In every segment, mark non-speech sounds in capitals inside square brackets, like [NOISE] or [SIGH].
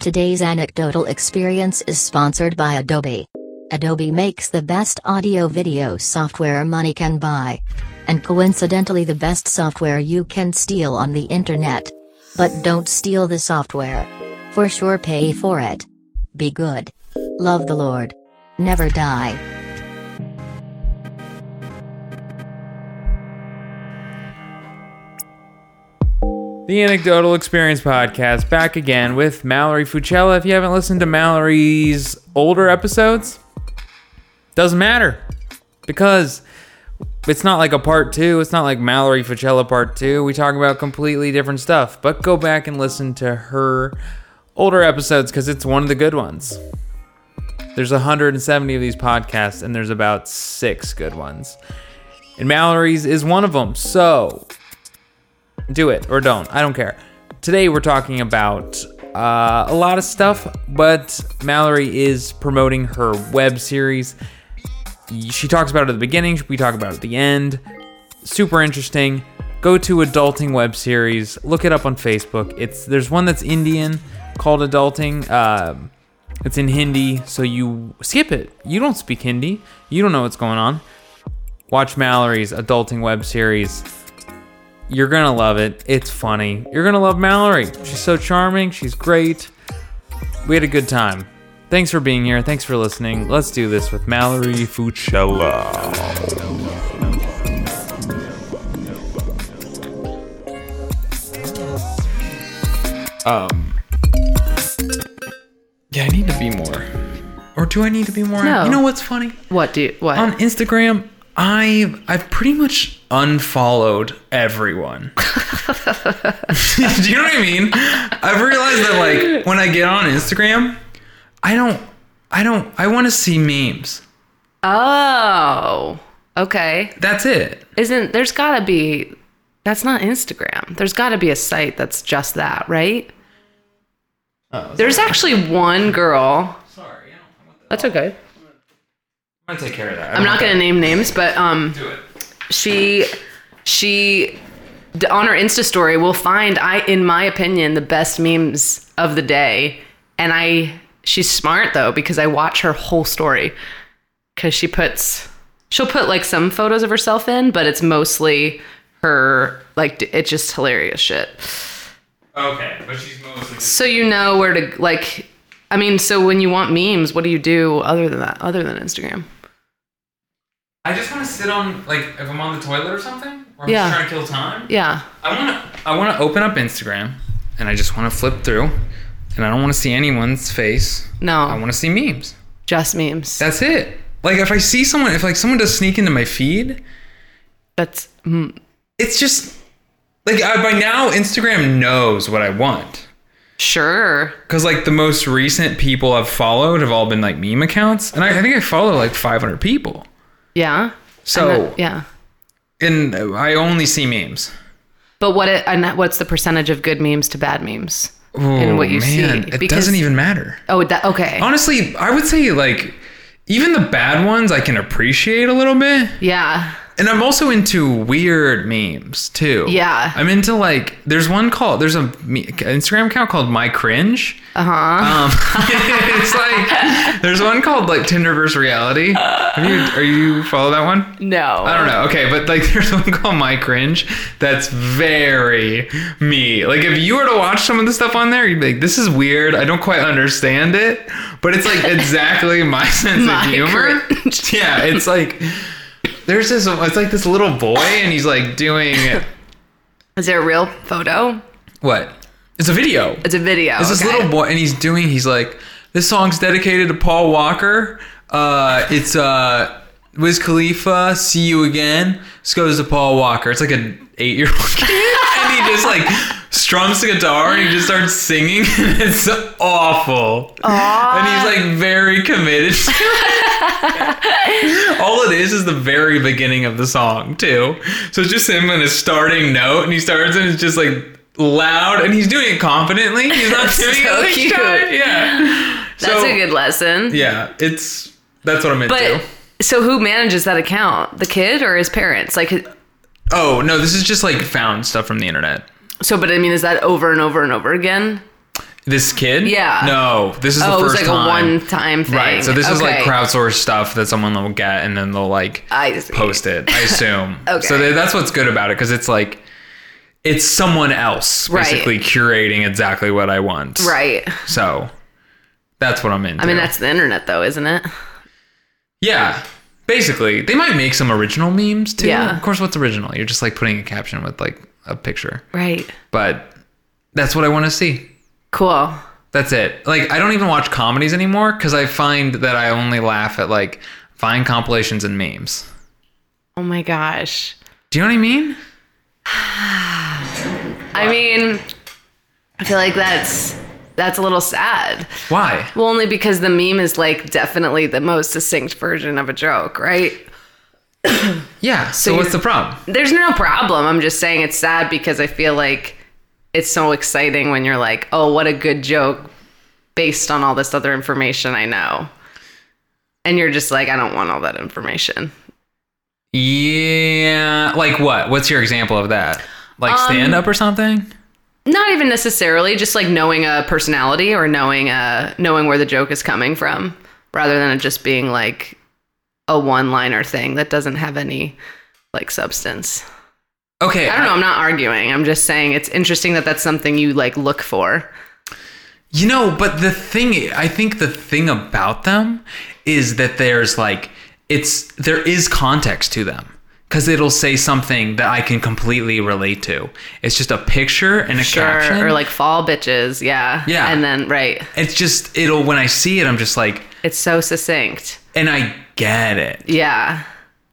Today's anecdotal experience is sponsored by Adobe. Adobe makes the best audio video software money can buy. And coincidentally, the best software you can steal on the internet. But don't steal the software. For sure, pay for it. Be good. Love the Lord. Never die. The Anecdotal Experience Podcast back again with Mallory Fucella. If you haven't listened to Mallory's older episodes, doesn't matter because it's not like a part two. It's not like Mallory Fucella part two. We talk about completely different stuff, but go back and listen to her older episodes because it's one of the good ones. There's 170 of these podcasts, and there's about six good ones. And Mallory's is one of them. So do it or don't. I don't care. Today we're talking about uh, a lot of stuff, but Mallory is promoting her web series. She talks about it at the beginning, we talk about it at the end. Super interesting. Go to Adulting Web Series. Look it up on Facebook. It's there's one that's Indian called Adulting. Um it's in Hindi, so you skip it. You don't speak Hindi. You don't know what's going on. Watch Mallory's Adulting Web Series. You're gonna love it. It's funny. You're gonna love Mallory. She's so charming. She's great. We had a good time. Thanks for being here. Thanks for listening. Let's do this with Mallory Fucella. Um. Yeah, I need to be more. Or do I need to be more? No. You know what's funny? What do you, what? On Instagram, I've I've pretty much unfollowed everyone. [LAUGHS] do you know what I mean? I've realized that like when I get on Instagram, I don't I don't I want to see memes. oh, okay. That's it. Isn't there's got to be that's not Instagram. There's got to be a site that's just that, right? there's actually one girl. Sorry, I don't, I'm That's okay. gonna take care of that. I'm not going to name names, but um she she d- on her Insta story will find I in my opinion the best memes of the day and I she's smart though because I watch her whole story cuz she puts she'll put like some photos of herself in but it's mostly her like d- it's just hilarious shit. Okay, but she's mostly. So you know where to like I mean so when you want memes what do you do other than that other than Instagram? I just want to sit on like if I'm on the toilet or something, or I'm Yeah. just trying to kill time. Yeah. I want to. I want to open up Instagram, and I just want to flip through, and I don't want to see anyone's face. I No. want to see memes. Just memes. That's it. Like if I see someone, if like someone does sneak into my feed, That's mm, it's just like I, by now Instagram knows what I want. sure. Cause like the most recent people I've followed have all been like meme accounts, and I, I think I follow like 500 people. Yeah. So And that- yeah. and I only see memes. But what it, and that- what's the percentage of good memes to bad memes in what you see? it doesn't even matter. Oh, that okay. Honestly, I would say like even the bad ones I can appreciate a little bit. yeah. And I'm also into weird memes too. Yeah. I'm into like there's one called there's a me- Instagram account called My Cringe. Uh huh. Um, [LAUGHS] it's like there's one called like Tinder versus reality. Have you are you follow that one? no. I don't know. Okay, but like [LAUGHS] there's one called My Cringe that's very me. Like if you were to watch some of the stuff on there, you'd be like, this is weird. I don't quite understand it, but it's like [LAUGHS] exactly my sense My of humor. cringe. [LAUGHS] yeah, it's like there's this. It's like this little boy, and he's like [LAUGHS] doing Is there a real photo? what? It's a video. It's a video. It's this okay. little boy, and he's doing. He's like, this song's dedicated to Paul Walker. Uh, it's uh, Wiz Khalifa. See you again. This goes to Paul Walker. It's like an eight-year-old kid, [LAUGHS] and he just like strums the guitar and he just starts singing, [LAUGHS] and it's awful. And he's Um, like very committed. to [LAUGHS] it. All it is is the very beginning of the song too. So it's just him in a starting note, and he starts, and it's just like loud, and he's doing it confidently. He's not That's doing [LAUGHS] so it like cute. shy. Yeah. That's a good lesson. Yeah, it's that's what I'm into. But so who manages that account? The kid or his parents? Like oh no, this is just like found stuff from the internet. so. But I mean, is that over and over and over again? This kid? Yeah. No, this is oh, the it was first like time. a one-time thing. Right. So this is like Okay. crowdsourced stuff that someone will get and then they'll like I see. post it. I assume. [LAUGHS] Okay. So tha- that's what's good about it because it's like it's someone else Right. basically curating exactly what I want. Right. So that's what I'm into. I mean, that's the internet, though, isn't it? yeah. Basically, they might make some original memes too. Yeah. Of course, what's original? You're just like putting a caption with like a picture. Right. But that's what I want to see. Cool. That's it. Like I don't even watch comedies anymore because I find that I only laugh at like Vine compilations and memes. Oh my gosh. Do you know what I mean? I mean, I feel like that's that's a little sad. Why? Well, only because the meme is like definitely the most succinct version of a joke, right? Yeah. So, you're- what's the problem? There's no problem. I'm just saying it's sad because I feel like it's so exciting when you're like, oh, what a good joke based on all this other information I know. And you're just like, I don't want all that information. Yeah. Like what? What's your example of that? Like Um, stand up or something? Not even necessarily, just like knowing a personality or knowing a knowing where the joke is coming from, rather than it just being like a one liner thing that doesn't have any like substance. Okay. I don't know. I'm not arguing. I'm just saying it's interesting that that's something you like look for. You know, but the thing I think the thing about them is that there's like it's there is context to them cuz it'll say something that I can completely relate to. It's just a picture and a caption. Or like fall bitches. Yeah. Yeah. And then, right. it's just it'll when I see it I'm just like It's so succinct. and I get it. Yeah.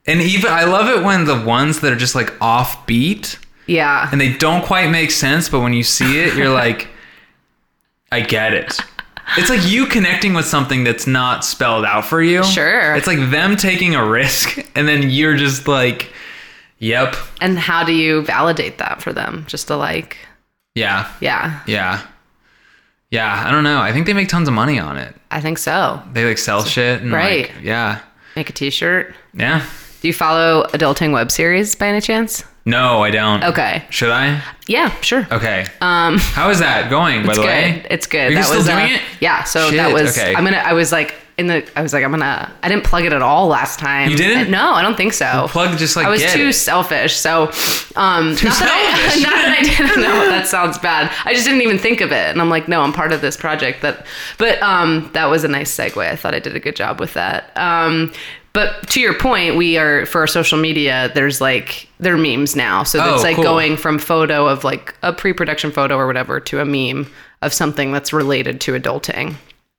And even I love it when the ones that are just like offbeat Yeah. and they don't quite make sense, but when you see it, you're like, I get it. It's like you connecting with something that's not spelled out for you. Sure. It's like them taking a risk, and then you're just like, yep, and how do you validate that for them? Just to like, yeah, yeah, yeah, yeah. I don't know. I think they make tons of money on it. I think so. They like sell shit and Right. like, yeah, Make a t shirt. yeah. Do you follow Adulting Web Series by any chance? No, I don't. Okay. Should I? Yeah, sure. Okay. Um, How is that going? By it's the good. way, It's good. You're that still was doing uh, it? Yeah. So Shit, that was. okay. I'm gonna. I was like in the. I was like, I'm gonna. I didn't plug it at all last time. You didn't? no, I don't think so. Plug just like I was get too it. selfish. So, um, not, That I, [LAUGHS] selfish. not that I [LAUGHS] didn't know. That sounds bad. I just didn't even think of it, and I'm like, no, I'm part of this project. That, but um, that was a nice segue. I thought I did a good job with that. Um, but to your point, we are for our social media. There's like there are memes now, so Oh, it's like cool. going from photo of like a pre-production photo or whatever to a meme of something that's related to adulting.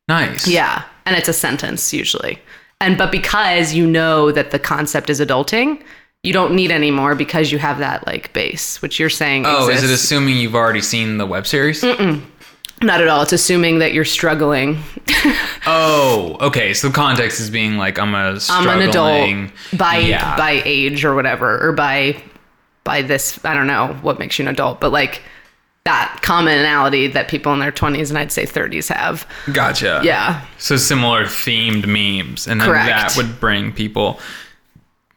Nice. Yeah. And it's a sentence usually. And but because you know that the concept is adulting, you don't need any more because you have that like base, which you're saying Oh, is it exists. assuming you've already seen the web series? Not at all. It's assuming that you're struggling. Oh, okay. So the context is being like I'm a I'm an struggling- adult by yeah. by age or whatever or by by this I don't know what makes you an adult, but like that commonality that people in their 20s and I'd say 30s have. Gotcha. Yeah. So similar themed memes, and then Correct. that would bring people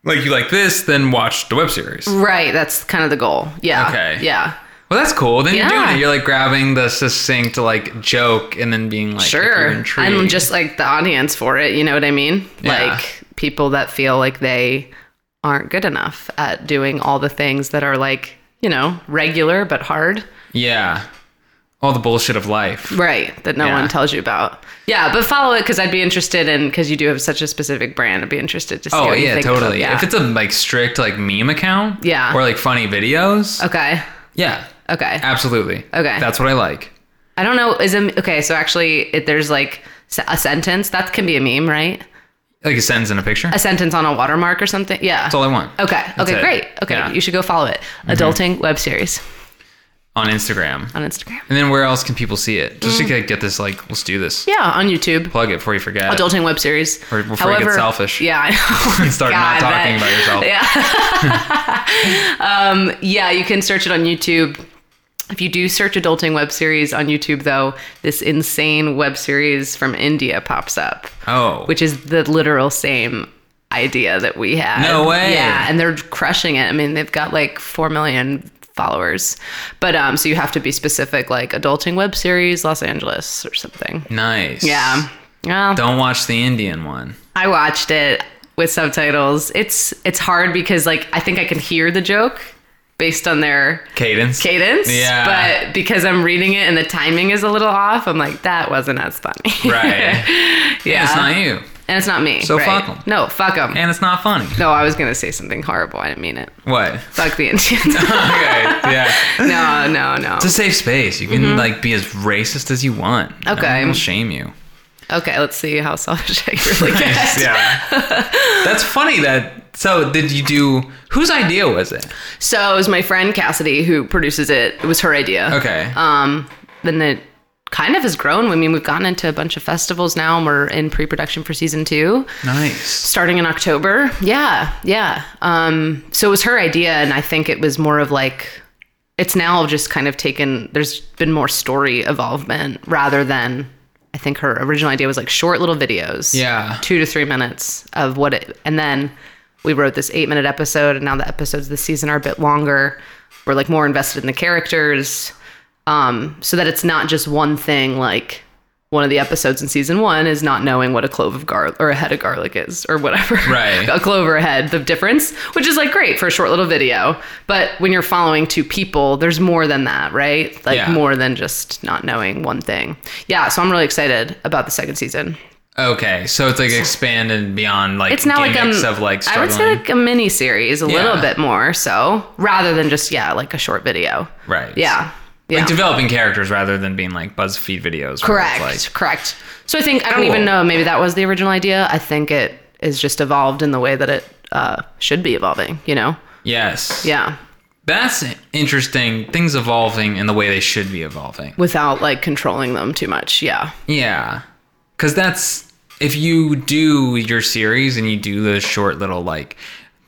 like you like this, then watch the web series. Right, that's kind of the goal. Yeah. Okay. Yeah. Well, that's cool. Then you're Yeah. doing it. You're like grabbing the succinct like joke, and then being like, if sure you're intrigued. i'm just like the audience for it you know what i mean Yeah. like people that feel like they aren't good enough at doing all the things that are like you know regular but hard yeah, all the bullshit of life. right that no Yeah. one tells you about yeah but follow it because i'd be interested in because you do have such a specific brand i'd be interested to see Oh what you yeah, think totally. about, yeah. If it's a like strict like meme account, Yeah. or like funny videos, okay yeah, okay absolutely. Okay. that's what I like. i don't know is it okay so actually it, there's like se- a sentence that can be a meme right Like a sentence in a picture. a sentence on a watermark or something yeah That's all I want. Okay. That's okay. it. Great. Okay. Yeah. Mm-hmm. You should go follow it. Adulting web series On Instagram. on Instagram. And then where else can people see it? Just to get- get this, like, let's do this. Mm. Yeah, Oh, on YouTube. Plug it before you forget. Adulting web series. Or before you get selfish. Yeah. I know. [LAUGHS] And [LAUGHS] start not God, talking that- about [LAUGHS] yourself. yeah, you can search it on YouTube. If you do search adulting web series on YouTube, though, this insane web series from India pops up, Oh. which is the literal same idea that we had. No way. Yeah, and they're crushing it. I mean, they've got like 4 million followers. But um, so you have to be specific, like adulting web series, Los Angeles, or something. Nice. Yeah. Yeah. Don't watch the Indian one. I watched it with subtitles. It's it's hard because like I think I can hear the joke based on their Cadence. cadence. [LAUGHS] Yeah. But because I'm reading it and the timing is a little off, I'm like, that wasn't as funny. [LAUGHS] Right. yeah. It's not you. And it's not me. So right? fuck 'em. No, fuck them. And it's not funny. no, I was gonna say something horrible. I didn't mean it. What? [LAUGHS] Fuck the Indians. [LAUGHS] okay. Yeah. no, no, no. It's a safe space. You can like be as racist as you want. No one Mm-hmm. Okay. will shame [LAUGHS] you. Okay, let's see how [LAUGHS] selfish I really get. yeah. [LAUGHS] That's funny that so did you do whose idea was it? So it was my friend Cassidy who produces it. It was her idea. Okay. Um, then it kind of has grown. I mean, we've gotten into a bunch of festivals now, and we're in pre-production for season two, nice. starting in October. Yeah, yeah. Um, so it was her idea, and I think it was more of like it's now just kind of taken. There's been more story involvement rather than. I think her original idea was like short little videos. Yeah. Two to three minutes of what it, and then we wrote this eight minute episode, and now the episodes this season are a bit longer. We're like more invested in the characters, um, so that it's not just one thing. Like one of the episodes in season one is not knowing what a clove of garlic or a head of garlic is, or whatever. Right. [LAUGHS] a clove or a head, the difference, which is like great for a short little video. But when you're following two people, there's more than that, right? Like Yeah. more than just not knowing one thing. Yeah. So I'm really excited about the second season. Okay. So it's like expanded beyond like It's now like gimmicks a, of like I would struggling. say like a mini series, a Yeah. little bit more so, rather than just yeah, like a short video. right. Yeah. Yeah. Like developing characters rather than being like BuzzFeed videos. where it's correct. correct. So I think I don't even know. Maybe that was the original idea. I think it is just evolved in the way that it uh, should be evolving. You know. like, yes. Yeah. That's interesting. Things evolving in the way they should be evolving. Without like controlling them too much. Yeah. Yeah. Cuz that's if you do your series and you do the short little like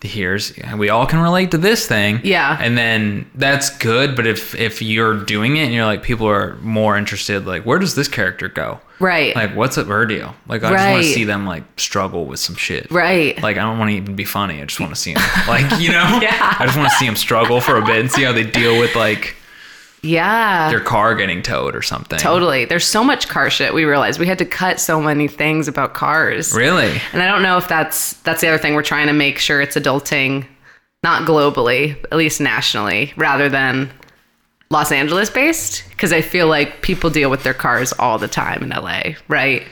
here's we all can relate to this thing. Yeah. And then that's good, but if if you're doing it and you're like people are more interested like where does this character go? Right. Like what's up her deal? Like I just want to Right. see them like struggle with some shit. right. Like I don't want to even be funny. I just want to see them like, you [LAUGHS] know? yeah. I just want to see them struggle for a bit and see how they deal with like yeah. their car getting towed or something. Totally. There's so much car shit. We realized we had to cut so many things about cars. Really? And I don't know if that's that's the other thing we're trying to make sure it's adulting, not globally, at least nationally, rather than Los Angeles based. Because I feel like people deal with their cars all the time in LA, right?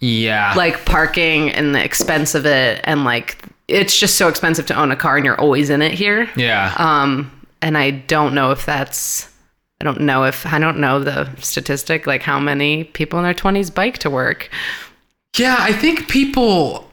Yeah. Like parking and the expense of it, and like it's just so expensive to own a car, and you're always in it here. yeah. Um, and I don't know if that's. I don't know if I don't know the statistic, like how many people in their 20s bike to work. Yeah, I think people.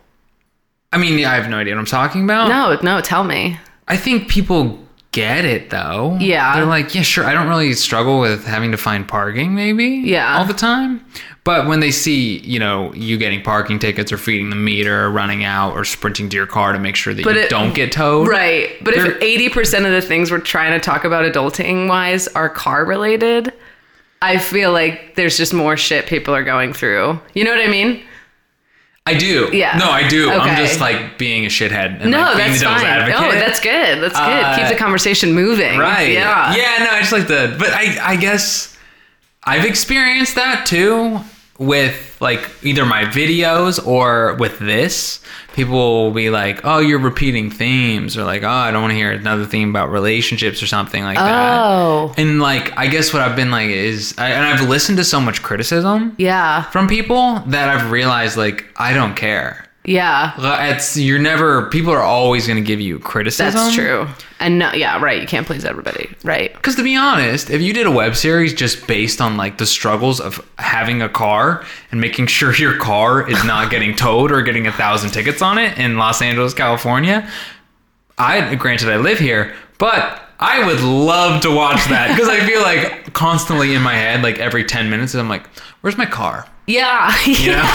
I mean, I have no idea what I'm talking about. No, no, tell me. I think people get it though. Yeah. They're like, yeah, sure. I don't really struggle with having to find parking, maybe. Yeah. All the time. But when they see, you know, you getting parking tickets or feeding the meter or running out or sprinting to your car to make sure that But you it- don't get towed. Right. But There- if 80% of the things we're trying to talk about adulting wise are car related, I feel like there's just more shit people are going through. You know what I mean? I do. Yeah. No, I do. I'm Okay. just like being a shithead and No, like being that's the devil's fine. advocate. No, that's good. That's good. Uh, Keep the conversation moving. Right. Yeah. Yeah, no, I just like the but I I guess I've experienced that too with like either my videos or with this. People will be like, "Oh, you're repeating themes," or like, "Oh, I don't want to hear another theme about relationships or something like that." Oh. And like, I guess what I've been like is, I, and I've listened to so much criticism Yeah. from people that I've realized like I don't care. Yeah. It's you're never. People are always going to give you criticism. That's true. And no, yeah, right. You can't please everybody. Right. Because to be honest, if you did a web series just based on like the struggles of having a car and making [LAUGHS] sure your car is not getting towed or getting a thousand tickets on it in Los Angeles, California, I granted I live here, but I would love to watch that because I feel like constantly in my head, like every ten minutes, I'm like, "Where's my car?" [LAUGHS] [LAUGHS] Yeah. You know, Like,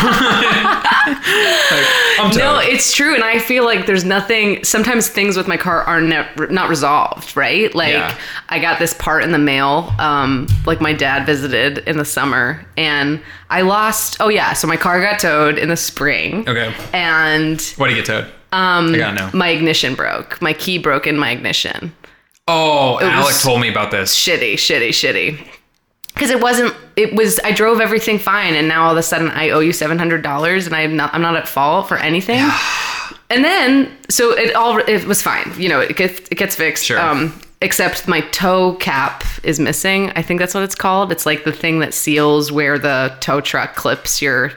I'm No, towed. it's true, and I feel like there's nothing. Sometimes things with my car are ne- not resolved, right? Like Yeah. I got this part in the mail. Um, like my dad visited in the summer, and I lost. Oh yeah, so my car got towed in the spring, okay. and Why do you get towed? Um, I gotta know. my ignition broke. My key broke in my ignition. Oh, Alec was- told me about this. shitty, shitty, shitty. Because it wasn't. It was. I drove everything fine, and now all of a sudden I owe you seven hundred dollars, and I'm not. I'm not at fault for anything. and then, so it all. It was fine. You know, it gets it gets fixed. Um, Sure. except my toe cap is missing. I think that's what it's called. It's like the thing that seals where the tow truck clips your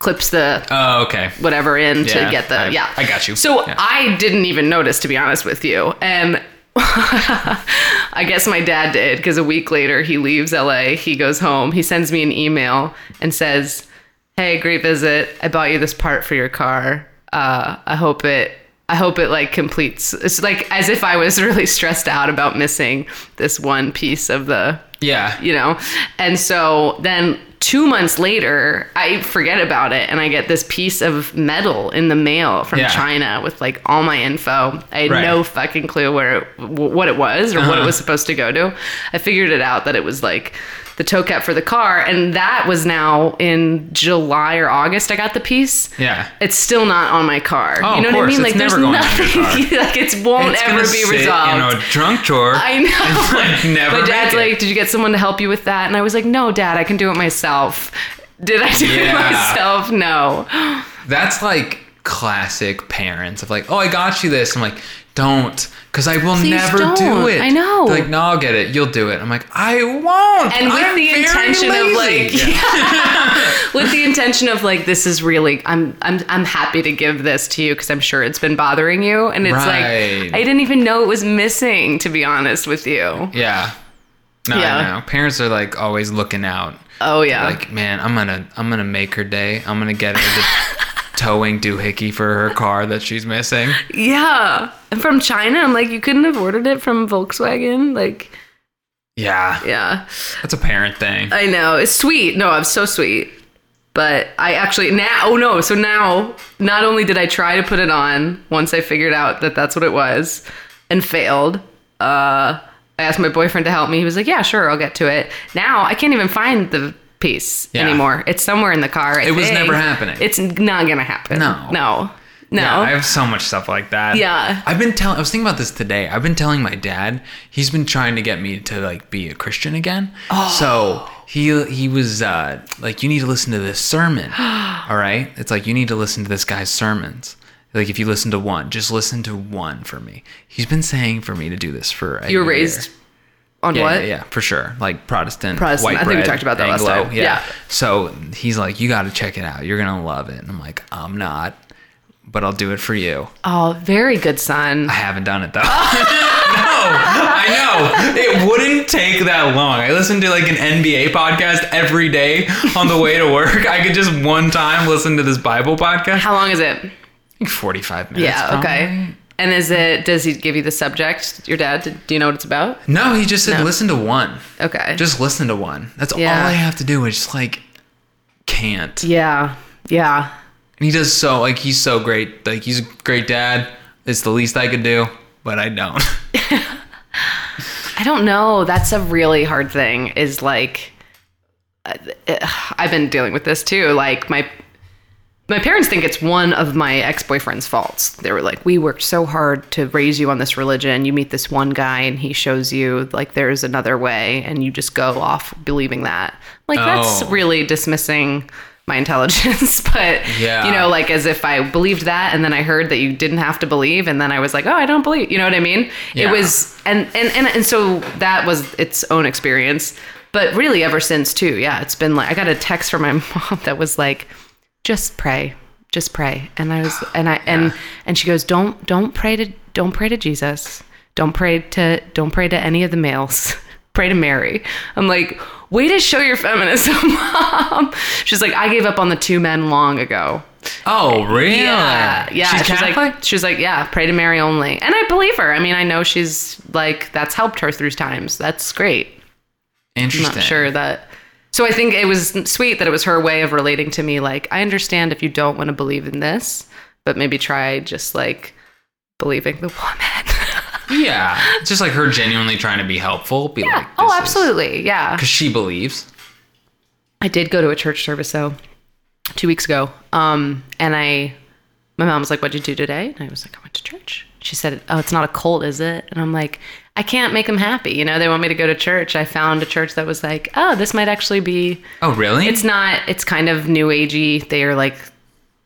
clips the Oh, okay. whatever in Yeah, to get the I- yeah. I got you. So Yeah. I didn't even notice, to be honest with you, and [LAUGHS] I guess my dad did because a week later he leaves LA, he goes home, he sends me an email and says, "Hey, great visit. I bought you this part for your car. Uh, I hope it." I hope it like completes. It's like as if I was [LAUGHS] really stressed out about missing this one piece of the Yeah. you know? And so then two months later, I forget about it and I get this piece of metal in the mail from Yeah. China with like all my info. I had Right. Uh-huh. no fucking clue where it, w- what it was or what it was supposed to go to. I figured it out that it was like the toe cap for the car. And that was now in July or August, I got the piece. Yeah. It's still not on my car. Oh, you know of what I course. mean? It's like there's never going on your nothing. [LAUGHS] like it won't It's ever gonna be sit [LAUGHS] resolved. in a drunk drawer. I know. never My dad's make it. like, "Did you get someone to help you with that?" And I was like, "No, Dad, I can do it myself." Did I do Yeah. it myself? No. That's like classic parents of like, oh, I got you this. I'm like, don't, because I will Please never do don't. it. I know. They're like, no, I'll get it. You'll do it. I'm like, I won't. And with I'm the very intention of lazy." like, Yeah. with the intention of like, this is really, I'm, I'm, I'm happy to give this to you because I'm sure it's been bothering you, and it's Right. like, I didn't even know it was missing. To be honest with you. yeah. No, I Yeah. know. Parents are like always looking out. Oh yeah. Like, man, I'm gonna, I'm gonna make her day. I'm gonna get her the [LAUGHS] towing doohickey for her car that she's missing. yeah. And from China, I'm like, you couldn't have ordered it from Volkswagen. Like, Yeah, yeah. that's a parent thing. I know. It's sweet. No, I'm so sweet. But I actually now, oh no. So now, not only did I try to put it on once I figured out that that's what it was and failed, uh, I asked my boyfriend to help me. He was like, yeah, sure, I'll get to it. Now I can't even find the piece Yeah. anymore. It's somewhere in the car. I It was think. never happening. It's not going to happen. No. No. No. Yeah, I have so much stuff like that. Yeah. I've been telling I was thinking about this today. I've been telling my dad, he's been trying to get me to like be a Christian again. Oh. So he he was uh like you need to listen to this [GASPS] sermon. All right? It's like you need to listen to this guy's sermons. Like if you listen to one, just listen to one for me. He's been saying for me to do this for a you were year. raised on Yeah, what? yeah, yeah, for sure. Like Protestant, Protestant. White I think we bread, talked about that last Anglo, time. Yeah. Yeah. So he's like, "You got to check it out. You're gonna love it." And I'm like, "I'm not, but I'll do it for you." Oh, very good son. I haven't done it though. [LAUGHS] no, I know. It wouldn't take that long. I listen to like an NBA podcast every day on the way to work. I could just one time listen to this Bible podcast. How long is it? Like 45 minutes. Yeah. probably. okay. And is it? Does he give you the subject? Your dad? Did- Do you know what it's about? No, he just said listen to one. Okay. Just listen to one. That's Yeah. all I have to do is just like can't. yeah, yeah. And he does so like he's so great. Like he's a great dad. It's the least I could do, but I don't. [LAUGHS] I don't know. That's a really hard thing. Is like, uh, I've been dealing with this too. Like my my parents think it's one of my ex boyfriend's faults. They were like, "We worked so hard to raise you on this religion. You meet this one guy, and he shows you like there's another way, and you just go off believing that." Like that's Oh. really dismissing my intelligence, [LAUGHS] but Yeah. you know, like as if I believed that, and then I heard that you didn't have to believe, and then I was like, "Oh, I don't believe." You know what I mean? Yeah. It was, and and and and so that was its own experience. But really, ever since too, yeah, it's been like I got a text from my [LAUGHS] mom that was like just pray just pray and i was and i and and she goes don't don't pray to don't pray to jesus don't pray to don't pray to any of the males [LAUGHS] pray to mary i'm like way to show your feminism [LAUGHS] mom she's like i gave up on the two men long ago oh, really? yeah yeah She's she's Catholic? like she's like yeah pray to mary only and i believe her i mean i know she's like that's helped her through times that's great I'm Interesting. not sure that. So I think it was sweet that it was her way of relating to me. Like, I understand if you don't want to believe in this, but maybe try just like believing the woman. [LAUGHS] Yeah, it's just like her genuinely trying to be helpful. Be like, oh, absolutely. Yeah. Because she believes. I did go to a church service though, two weeks ago. Um, and I, my mom was like, "What'd you do today?" And I was like, "I went to church." She said, "Oh, it's not a cult, is it?" And I'm like, I can't make them happy. You know, they want me to go to church. I found a church that was like, oh, this might actually be. Oh, really? It's not. It's kind of new agey. They are like,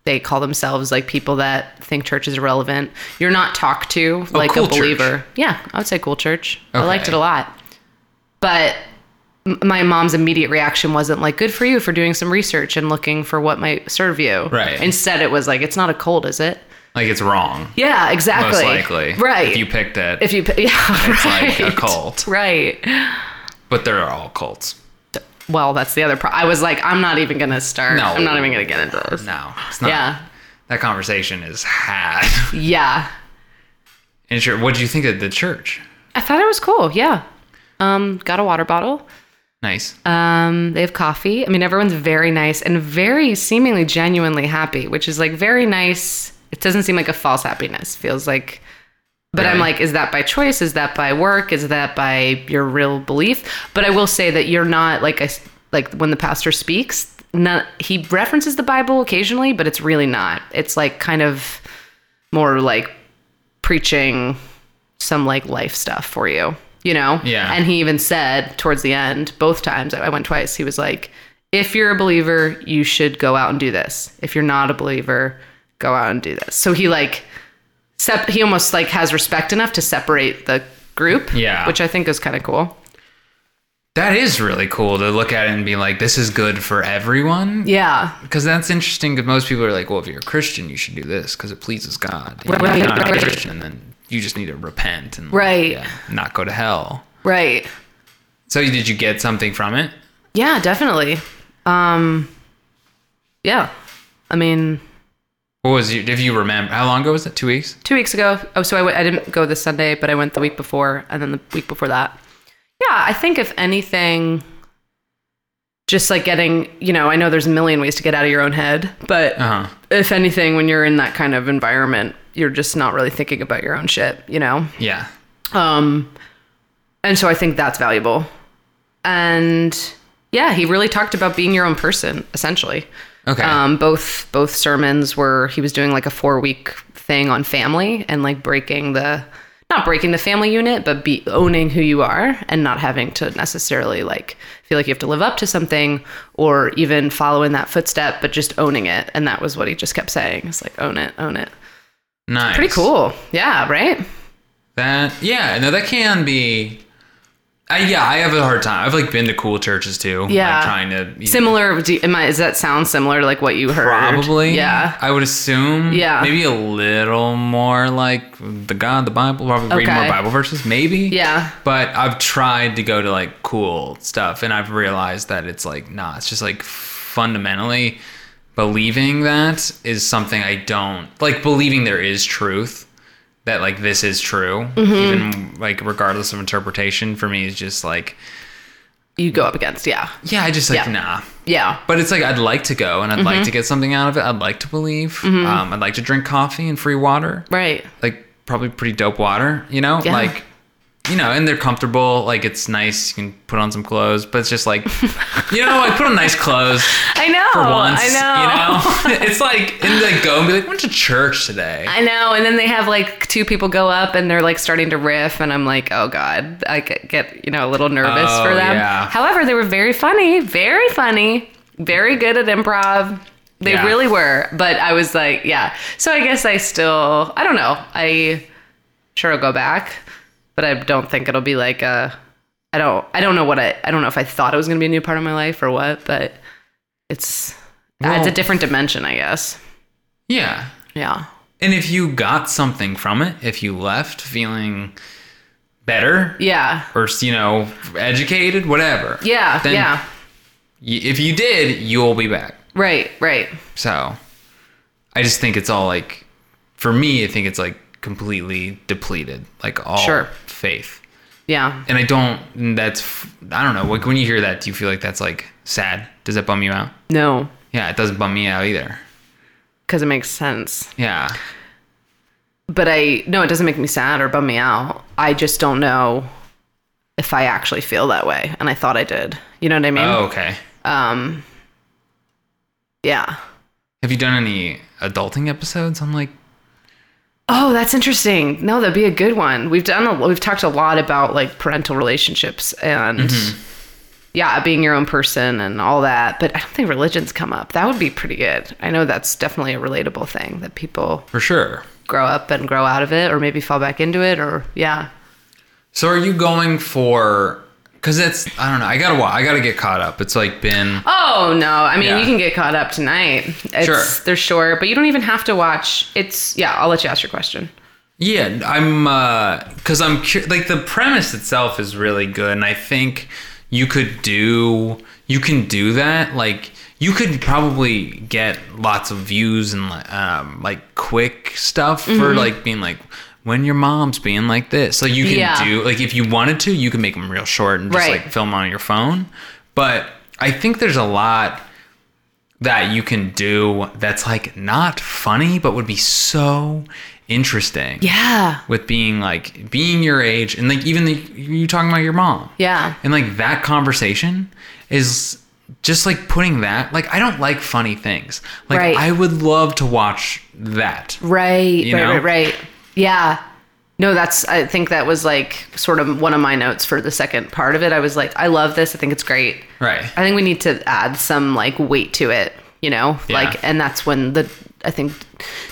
they call themselves like people that think church is irrelevant. You're not talked to like Oh, cool a church. believer. Yeah, I would say cool church. I liked Okay. it a lot, but m- my mom's immediate reaction wasn't like good for you for doing some research and looking for what might serve you Right. instead it was like it's not a cult is it like it's wrong. yeah Most exactly likely. right If you picked it. if you [LAUGHS] p- yeah It's like a right. cult. right but they're all cults. well that's the other pro- i was like i'm not even gonna start No. i'm not even gonna get into this No, it's not. yeah That conversation is had. [LAUGHS] yeah And sure, what do you think of the church? i thought it was cool yeah um got a water bottle Nice. um they have coffee i mean everyone's very nice and very seemingly genuinely happy which is like very nice it doesn't seem like a false happiness feels like but i'm Right. like is that by choice is that by work is that by your real belief but i will say that you're not like a like when the pastor speaks not, he references the bible occasionally but it's really not it's like kind of more like preaching some like life stuff for you, you know? Yeah. And he even said towards the end, both times, I went twice, he was like, if you're a believer, you should go out and do this. If you're not a believer, go out and do this. So he like, sep- he almost like has respect enough to separate the group, Yeah. which I think is kind of cool. that is really cool to look at it and be like, this is good for everyone. Yeah. Because that's interesting. Because most people are like, well, if you're a Christian, you should do this because it pleases God. You know, Right, if you're not right. a Christian, then you just need to repent and like, Right. yeah, not go to hell. Right. So did you get something from it? Yeah, definitely. Um, yeah. I mean, What was your, if you remember, how long ago was it? Two weeks? two weeks ago. Oh, so I went, I didn't go this Sunday, but I went the week before and then the week before that. Yeah, I think if anything, just like getting, you know, I know there's a million ways to get out of your own head, but Uh huh. if anything, when you're in that kind of environment, you're just not really thinking about your own shit, you know? Yeah. Um, and so I think that's valuable. And yeah, he really talked about being your own person, essentially. Okay. Um, both both sermons were he was doing like a four week thing on family and like breaking the not breaking the family unit, but be owning who you are and not having to necessarily like feel like you have to live up to something or even follow in that footstep, but just owning it. And that was what he just kept saying. It's like own it, own it. nice. Pretty cool. Yeah, right? That yeah, no, that can be. I, yeah, I have a hard time. I've like been to cool churches too. Yeah. like, trying to you Similar do, am I, does that sound similar to like what you heard? know, probably. Yeah. I would assume. Yeah. maybe a little more like the God, the Bible. Probably read more Okay. Bible verses. Maybe. Yeah. But I've tried to go to like cool stuff, and I've realized that it's like nah. It's just like fundamentally believing that is something I don't like. Believing there is truth that like this is true, Mm-hmm. even like regardless of interpretation, for me is just like You go up against. Yeah. yeah, I just like Yeah. nah. Yeah. But it's like I'd like to go and I'd like to Mm-hmm. get something out of it. I'd like to believe. Um, I'd like to drink coffee and free water Right. like probably pretty dope water, you know? Yeah. Like you know, and they're comfortable, like it's nice, you can put on some clothes, but it's just [LAUGHS] like you know, like put on nice clothes Oh, I know. for once. I know. You [LAUGHS] know? [LAUGHS] it's like and like go and be like, went to church today. I know. And then they have like two people go up and they're like starting to riff, and I'm like, oh god, I get, get, you know a little nervous Oh, for them. yeah. However, they were very funny, very funny, very good at improv. They Yeah. really were. But I was like, yeah. So I guess I still, I don't know. I sure I'll go back, but I don't think it'll be like a. I don't. I don't know what I. I don't know if I thought it was gonna be a new part of my life or what, but it's it's Well- a different dimension, I guess. Yeah. Yeah. And if you got something from it, if you left feeling better Yeah. or you know, educated, whatever. Yeah. Then yeah. y- if you did, you'll be back. Right, right. So I just think it's all like, for me, I think it's like completely depleted, like all Sure. faith. Yeah. And I don't, and that's, f- I don't know, like when you hear that, do you feel like that's like sad? Does that bum you out? No, Yeah, it doesn't bum me out either. because it makes sense. Yeah. But I, no, it doesn't make me sad or bum me out. I just don't know if I actually feel that way. And I thought I did. You know what I mean? Oh, okay. Um, yeah. Have you done any adulting episodes on like Oh, that's interesting. No, that'd be a good one. We've done a, we've talked a lot about like parental relationships and Mm-hmm. yeah, being your own person and all that, but I don't think religions come up. That would be pretty good. I know that's definitely a relatable thing that people for sure. grow up and grow out of it or maybe fall back into it or yeah. So are you going for? Because it's I don't know. I gotta wa I gotta get caught up. It's like been Oh no! I mean, Yeah. you can get caught up tonight. It's, Sure. they're short, but you don't even have to watch. It's yeah. I'll let you ask your question. yeah. I'm because I'm cur- like the premise itself is really good, and I think you could do you can do that. Like you could probably get lots of views and like, um, like quick stuff Mm-hmm. for like being like when your mom's being like this. Like you can Yeah. do like if you wanted to, you can make them real short and just Right. like film on your phone. But I think there's a lot that you can do that's like not funny but would be so interesting Yeah. with being like being your age and like even the, you talking about your mom Yeah. and like that conversation is just like putting that like i don't like funny things like Right. i would love to watch that Right. You right. know? Right. Right. Yeah. No, that's. I think that was like sort of one of my notes for the second part of it. I was like, I love this. I think it's great. right I think we need to add some like weight to it. You know, Yeah. like, and that's when the I think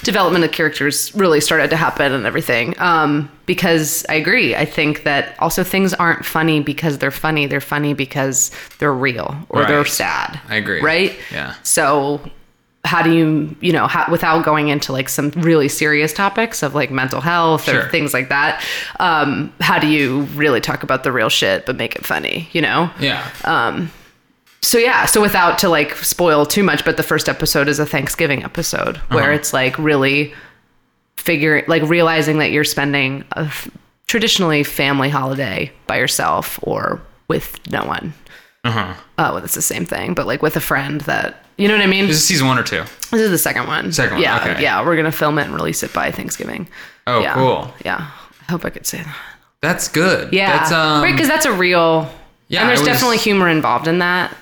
development of characters really started to happen and everything. Um, because I agree. I think that also things aren't funny because they're funny. They're funny because they're real or they're Right. sad. I agree. Right. Yeah. So how do you you know how, without going into like some really serious topics of like mental health Sure. or things like that um how do you really talk about the real shit but make it funny you know yeah Oh. so yeah so without to like spoil too much but the first episode is a thanksgiving episode Uh-huh. where it's like really figure like realizing that you're spending a f- traditionally family holiday by yourself or with no one uh-huh. oh well that's the same thing but like with a friend that you know what i mean is it season one or two? this is the second one Second one, yeah okay. yeah we're gonna film it and release it by thanksgiving Oh, yeah. cool yeah i hope i could say that that's good yeah that's um right because that's a real yeah, and there's I was- definitely humor involved in that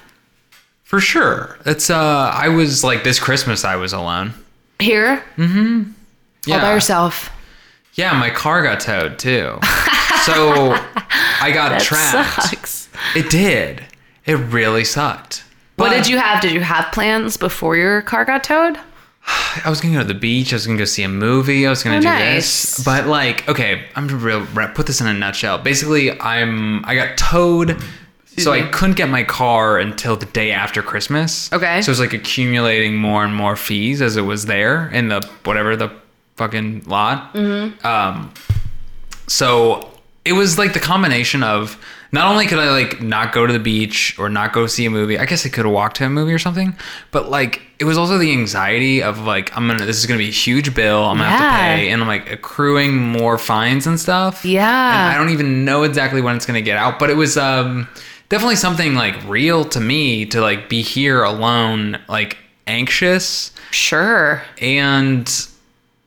for sure that's uh i was like this christmas i was alone here yeah all by yourself Yeah, my car got towed [LAUGHS] too. So I got trapped. Sucks. It did. It really sucked. What But did you have? Did you have plans before your car got towed? I was gonna go to the beach. I was gonna go see a movie. I was gonna Oh, do nice. this. But like, okay, I'm just real. re- Put this in a nutshell. Basically, I'm I got towed, so I couldn't get my car until the day after Christmas. Okay. So it was like accumulating more and more fees as it was there in the whatever the fucking lot. Um, so it was like the combination of not only could I like not go to the beach or not go see a movie. I guess I could have walked to a movie or something, but like it was also the anxiety of like I'm gonna this is gonna be a huge bill I'm gonna Yeah. have to pay and I'm like accruing more fines and stuff. Yeah. and I don't even know exactly when it's gonna get out, but it was um definitely something like real to me to like be here alone, like anxious Sure. and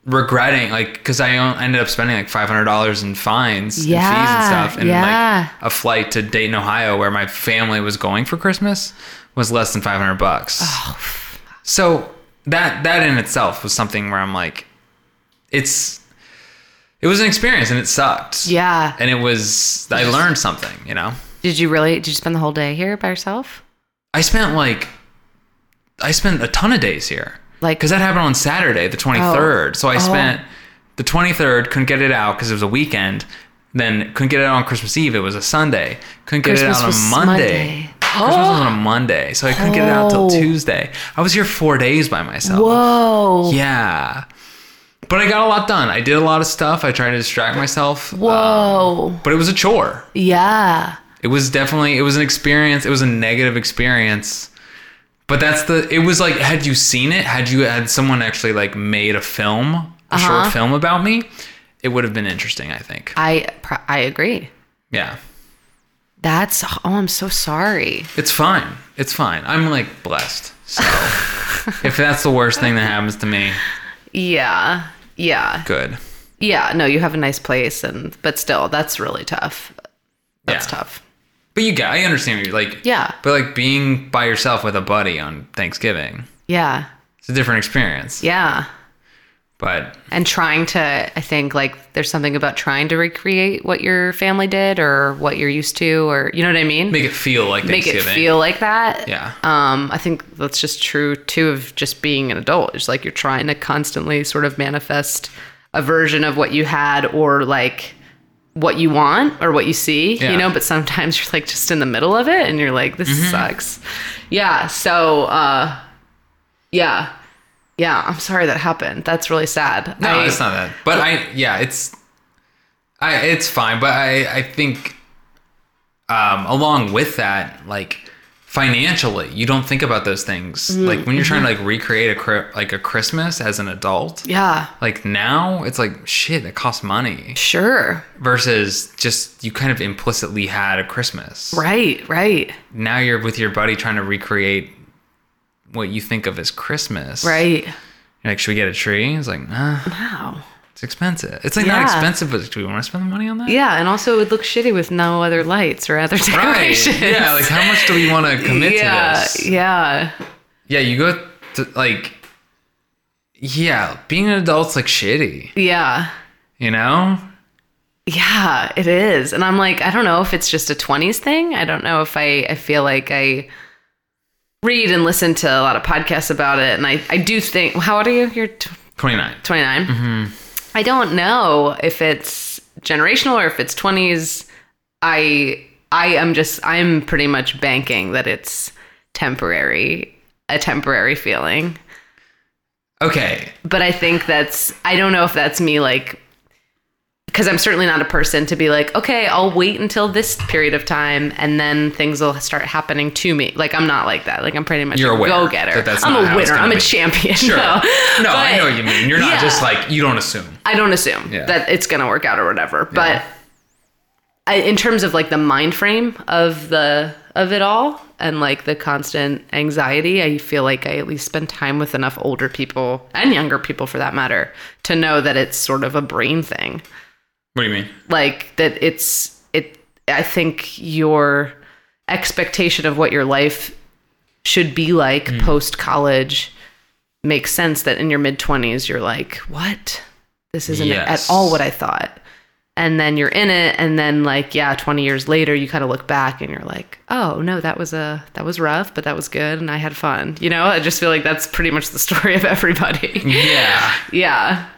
regretting like because I own- ended up spending like five hundred dollars in fines and fees and Yeah, stuff, and yeah. like a flight to Dayton, Ohio, where my family was going for Christmas, was less than five hundred bucks. Oh, so that that in itself was something where I'm like, it's it was an experience and it sucked. Yeah. and it was I learned something. You know, Did you really? Did you spend the whole day here by yourself? I spent like I spent a ton of days here. Like- because that happened on Saturday, Oh. the 23rd. So I spent the 23rd, couldn't get it out because it was a weekend. Then couldn't get it out on Christmas Eve. It was a Sunday. Couldn't get Christmas it out on was a Monday. Monday. Christmas was [GASPS] on a Monday, so I couldn't get it out till Oh. Tuesday. I was here four days by myself. Whoa. Yeah, but I got a lot done. I did a lot of stuff. I tried to distract myself. um, Whoa. but it was a chore. yeah. It was definitely it was an experience. It was a negative experience. But that's the it was like had you seen it, had you had someone actually like made a film, a Uh-huh. short film about me, it would have been interesting, I think. I pr- I agree. Yeah. That's oh, I'm so sorry. It's fine. It's fine. I'm like blessed. [LAUGHS] So if that's the worst thing that happens to me, Yeah. Yeah. good. Yeah. No, you have a nice place, and but still, that's really tough. That's Yeah. tough. But you got I understand what you're like Yeah. But like being by yourself with a buddy on Thanksgiving, Yeah. it's a different experience. Yeah. But and trying to i think like there's something about trying to recreate what your family did or what you're used to or you know what i mean make it feel like Make it Thanksgiving. feel like that Yeah. um i think that's just true too of just being an adult it's like you're trying to constantly sort of manifest a version of what you had or like what you want or what you see Yeah. Mm-hmm. you know but sometimes [LAUGHS] you're like just in the middle of it and you're like this sucks yeah so uh yeah yeah i'm sorry that happened that's really sad No, I- it's not that. But I, yeah, it's, I, it's fine. But I, I think, um, along with that, like financially, you don't think about those things. Like when you're trying to like recreate a cri- like a Christmas as an adult. yeah Like now, it's like shit. It costs money Sure. versus just you kind of implicitly had a Christmas. Right, right, Now you're with your buddy trying to recreate what you think of as Christmas. right. You're like, should we get a tree? It's like, nah. Wow. It's expensive. It's like Yeah. not expensive, but do we want to spend the money on that? Yeah, and also it would look shitty with no other lights or other [LAUGHS] Right. decorations. Yeah. Like, how much do we want to commit yeah, to [LAUGHS] this? yeah, Yeah. You go to like, yeah, being an adult's like shitty, yeah, you know? yeah. It is, and I'm like, I don't know if it's just a '20s thing. I don't know if I, I feel like I read and listen to a lot of podcasts about it, and I, I do think. How old are you? You're tw- 29. 29. Mm-hmm. I don't know if it's generational or if it's 20s. I I am just I'm pretty much banking that it's temporary, a temporary feeling. Okay. But I think that's I don't know if that's me like because I'm certainly not a person to be like, okay, I'll wait until this period of time and then things will start happening to me. Like I'm not like that. Like I'm pretty much You're a aware go-getter. that that's I'm not a how it's winner. gonna I'm a be. champion. Sure. No, I But- know what you mean. You're not Yeah. just like, you don't assume. I don't assume Yeah. that it's going to work out or whatever. But I, in terms of like the mind frame of the of it all and like the constant anxiety, I feel like I at least spend time with enough older people and younger people for that matter to know that it's sort of a brain thing. What do you mean? Like that it's it I think your expectation of what your life should be like post college makes sense that in your mid 20s you're like what this isn't Yes. at all what i thought and then you're in it and then like yeah 20 years later you kind of look back and you're like oh no that was a that was rough but that was good and i had fun you know i just feel like that's pretty much the story of [LAUGHS] Mm-hmm. everybody Yeah. yeah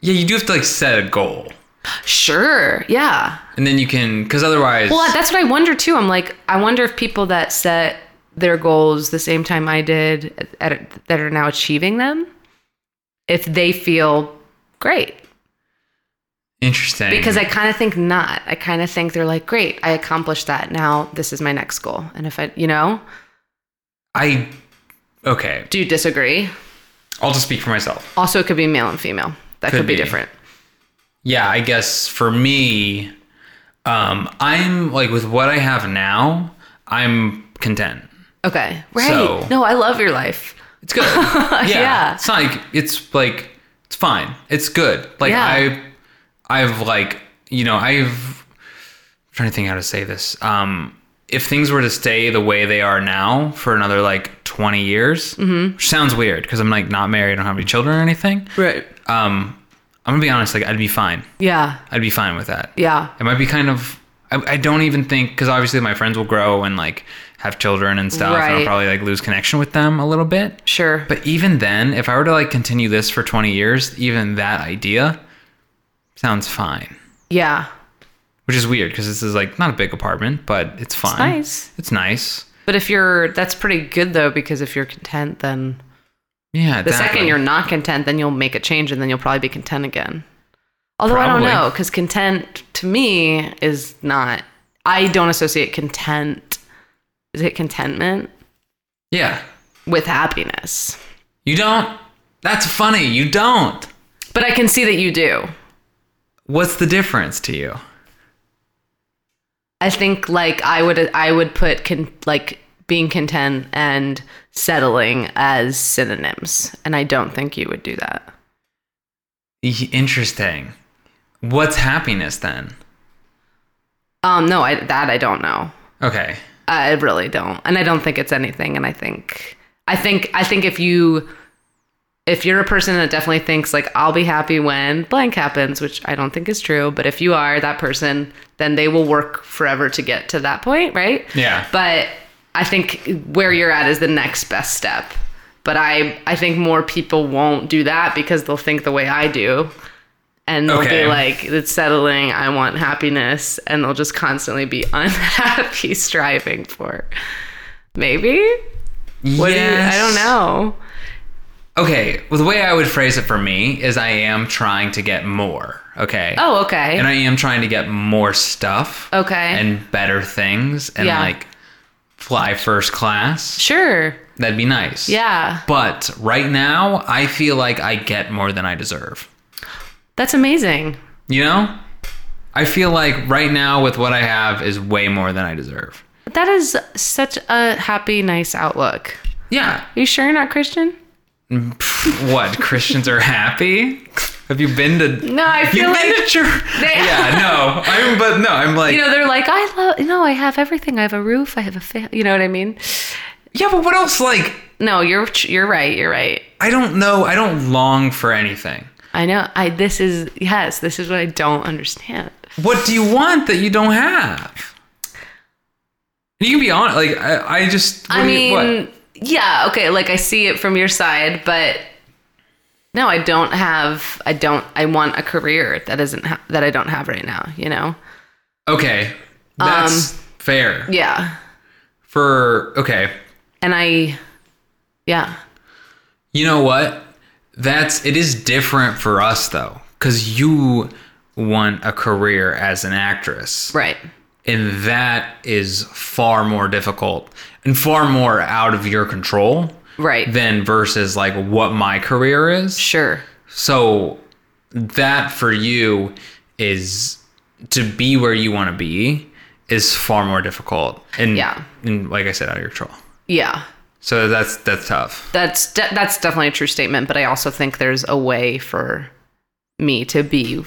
Yeah. You do have to like set a goal. sure yeah And then you can, because otherwise, Well, that's what I wonder too. I'm like, I wonder if people that set their goals the same time I did at, that are now achieving them, if they feel great. interesting. Because I kind of think not. I kind of think they're like, great, I accomplished that. Now this is my next goal. And if I, you know, I, okay. do you disagree? I'll just speak for myself. Also, it could be male and female. That could, Could be. be. different. yeah i guess for me um i'm like with what i have now i'm content Okay. Right. So- no, I love your life. it's good yeah. [LAUGHS] Yeah. it's not like it's like it's fine it's good like Yeah. i i've like you know i've I'm trying to think how to say this um if things were to stay the way they are now for another like 20 years Mm-hmm. which sounds weird because i'm like not married i don't have any children or anything Right. um i'm gonna be honest like i'd be fine Yeah. i'd be fine with that Yeah. it might be kind of i, I don't even think because obviously my friends will grow and like have children and stuff and i'll Right. probably like lose connection with them a little bit Sure. but even then if i were to like continue this for 20 years even that idea sounds fine yeah. which is weird because this is like not a big apartment but it's fine nice. it's nice But if you're, that's pretty good though, because if you're content, then yeah The second you're not content, then you'll make a change and then you'll probably be content again. Although I don't Probably. know, because content to me is not, I don't associate content, is it contentment? yeah With happiness. you don't that's funny you don't But I can see that you do. what's the difference to you I think like I would, I would put con- like being content and settling as synonyms. And I don't think you would do that. Y- interesting what's happiness then Um, no, I, that I don't know. okay I really don't. And I don't think it's anything and I think I think I think if you if you're a person that definitely thinks like I'll be happy when blank happens, which I don't think is true, but if you are that person, then they will work forever to get to that point, right? Yeah. But I think where you're at is the next best step. But I I think more people won't do that because they'll think the way I do. And they'll Okay. be like, it's settling, I want happiness, and they'll just constantly be [LAUGHS] unhappy striving for. Maybe? What do you- I don't know. Okay, well, the way I would phrase it for me is I am trying to get more. Okay. Oh, okay. And I am trying to get more stuff. Okay. And better things and Yeah. like fly first class. Sure. That'd be nice. Yeah. But right now, I feel like I get more than I deserve. That's amazing. You know? I feel like right now, with what I have, is way more than I deserve. That is such a happy, nice outlook. Yeah. Are you sure you're not Christian? [LAUGHS] What? Christians are happy? Have you been to. No, I You've feel been [LAUGHS] to like church. they, Yeah, no. I'm, but no, I'm like. [LAUGHS] you know, they're like, I love, no, I have everything. I have a roof. I have a family. You know what I mean? yeah, but what else? Like, No, you're you're right. You're right. I don't know. I don't long for anything. I know. I this is yes. This is what I don't understand. What do you want that you don't have? You can be honest. Like I, I just. what I do you- what? mean, yeah, okay, like I see it from your side, but no, I don't have I don't I want a career that isn't ha- that I don't have right now, you know. okay, that's um, fair. Yeah. For okay, And I yeah. you know what? That's it is different for us though, because you want a career as an actress, Right. and that is far more difficult and far more out of your control Right. than versus like what my career is. sure. So that for you is to be where you want to be is far more difficult and Yeah. and like I said out of your control. Yeah. So that's that's tough. That's de- that's definitely a true statement, but I also think there's a way for me to be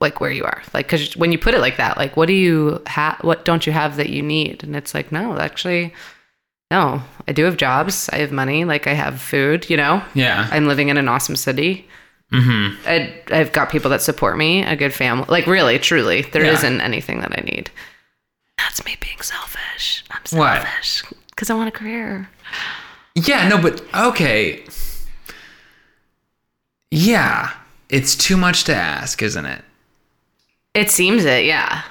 like where you are. Like cuz when you put it like that, like what do you have what don't you have that you need? And it's like, no, actually no. I do have jobs. I have money, like I have food, you know. Yeah. I'm living in an awesome city. Mm-hmm. Mhm. I I've got people that support me, a good family. Like really, truly, there Yeah. not anything that I need. That's me being selfish. I'm What? selfish cuz I want a career. yeah, no, but okay. Yeah. It's too much to ask, isn't it? It seems it, yeah.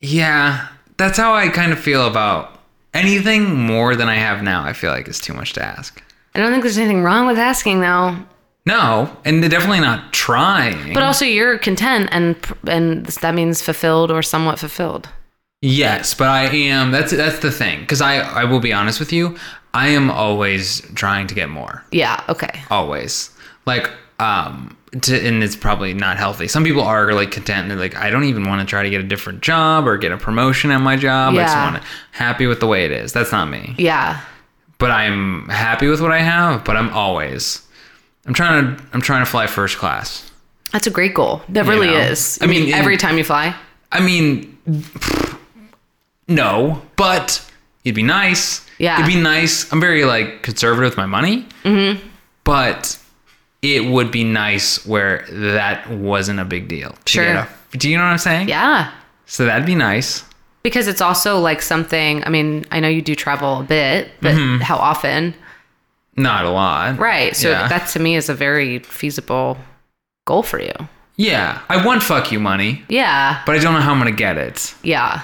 Yeah. That's how I kind of feel about anything more than I have now. I feel like is too much to ask. I don't think there's anything wrong with asking though. No, and they're definitely not trying. But also you're content and and that means fulfilled or somewhat fulfilled. Yes, but I am. That's that's the thing. Because I I will be honest with you, I am always trying to get more. Yeah, okay. Always like um. To, and it's probably not healthy. Some people are like content. And they're like, I don't even want to try to get a different job or get a promotion at my job. I just Yeah. want to happy with the way it is. That's not me. Yeah. But I'm happy with what I have. But I'm always, I'm trying to, I'm trying to fly first class. That's a great goal. That really know? is. I I mean, mean, every and- time you fly. I mean, no, but it'd be nice. Yeah. It'd be nice. I'm very like conservative with my money, mm-hmm. but it would be nice where that wasn't a big deal. to Sure. get a- do you know what I'm saying? Yeah. So that'd be nice. Because it's also like something, I mean, I know you do travel a bit, but how often? Not a lot. Right. So yeah. that to me is a very feasible goal for you. yeah. I want fuck you money, Yeah. but I don't know how I'm gonna get it. Yeah.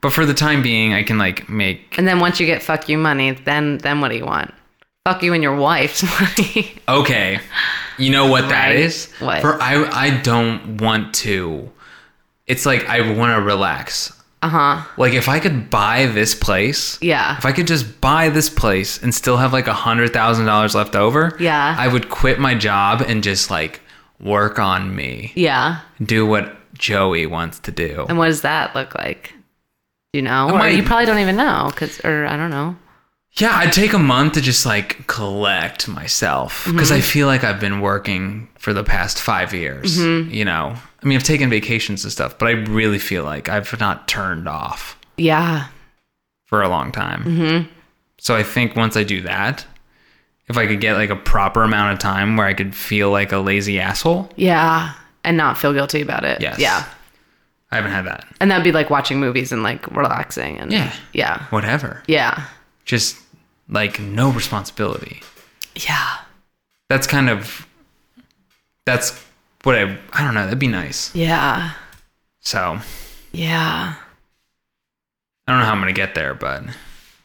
But for the time being, I can like make And then once you get fuck you money, then then what do you want? Fuck you and your wife's [LAUGHS] money. Okay. You know what that Right. is? What? For I I don't want to. It's like I want to relax. uh-huh. Like if I could buy this place, Yeah. If I could just buy this place and still have like a hundred thousand dollars left over, Yeah. I would quit my job and just like work on me, Yeah. do what Joey wants to do. And what does that look like? Do you know? Or might- you probably don't even know, cause or I don't know. Yeah, I'd take a month to just like collect myself because I feel like I've been working for the past five years. You know, I mean, I've taken vacations and stuff, but I really feel like I've not turned off Yeah. for a long time. So I think once I do that, if I could get like a proper amount of time where I could feel like a lazy asshole. Yeah. And not feel guilty about it. Yes. Yeah. I haven't had that. And that'd be like watching movies and like relaxing and Yeah. Yeah. Whatever. Yeah. Just like no responsibility. Yeah. That's kind of that's what I I don't know, that'd be nice. Yeah. So Yeah. I don't know how I'm gonna get there, but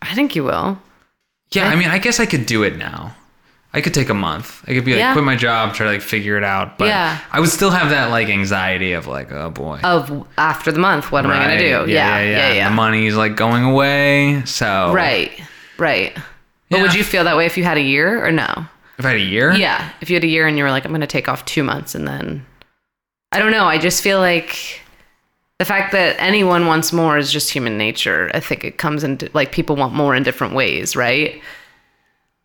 I think you will. yeah, I mean I guess I could do it now. I could take a month. I could be like Yeah. quit my job, try to like figure it out. But Yeah. I would still have that like anxiety of like, oh boy. Of after the month, what am I Right. gonna do? Yeah. Yeah. Yeah. The money's like going away. So Right. Right. But would Yeah. you feel that way if you had a year or no? If I had a year, Yeah. If you had a year and you were like, I'm going to take off two months and then. I don't know. I just feel like the fact that anyone wants more is just human nature. I think it comes in, like, people want more in different ways, right?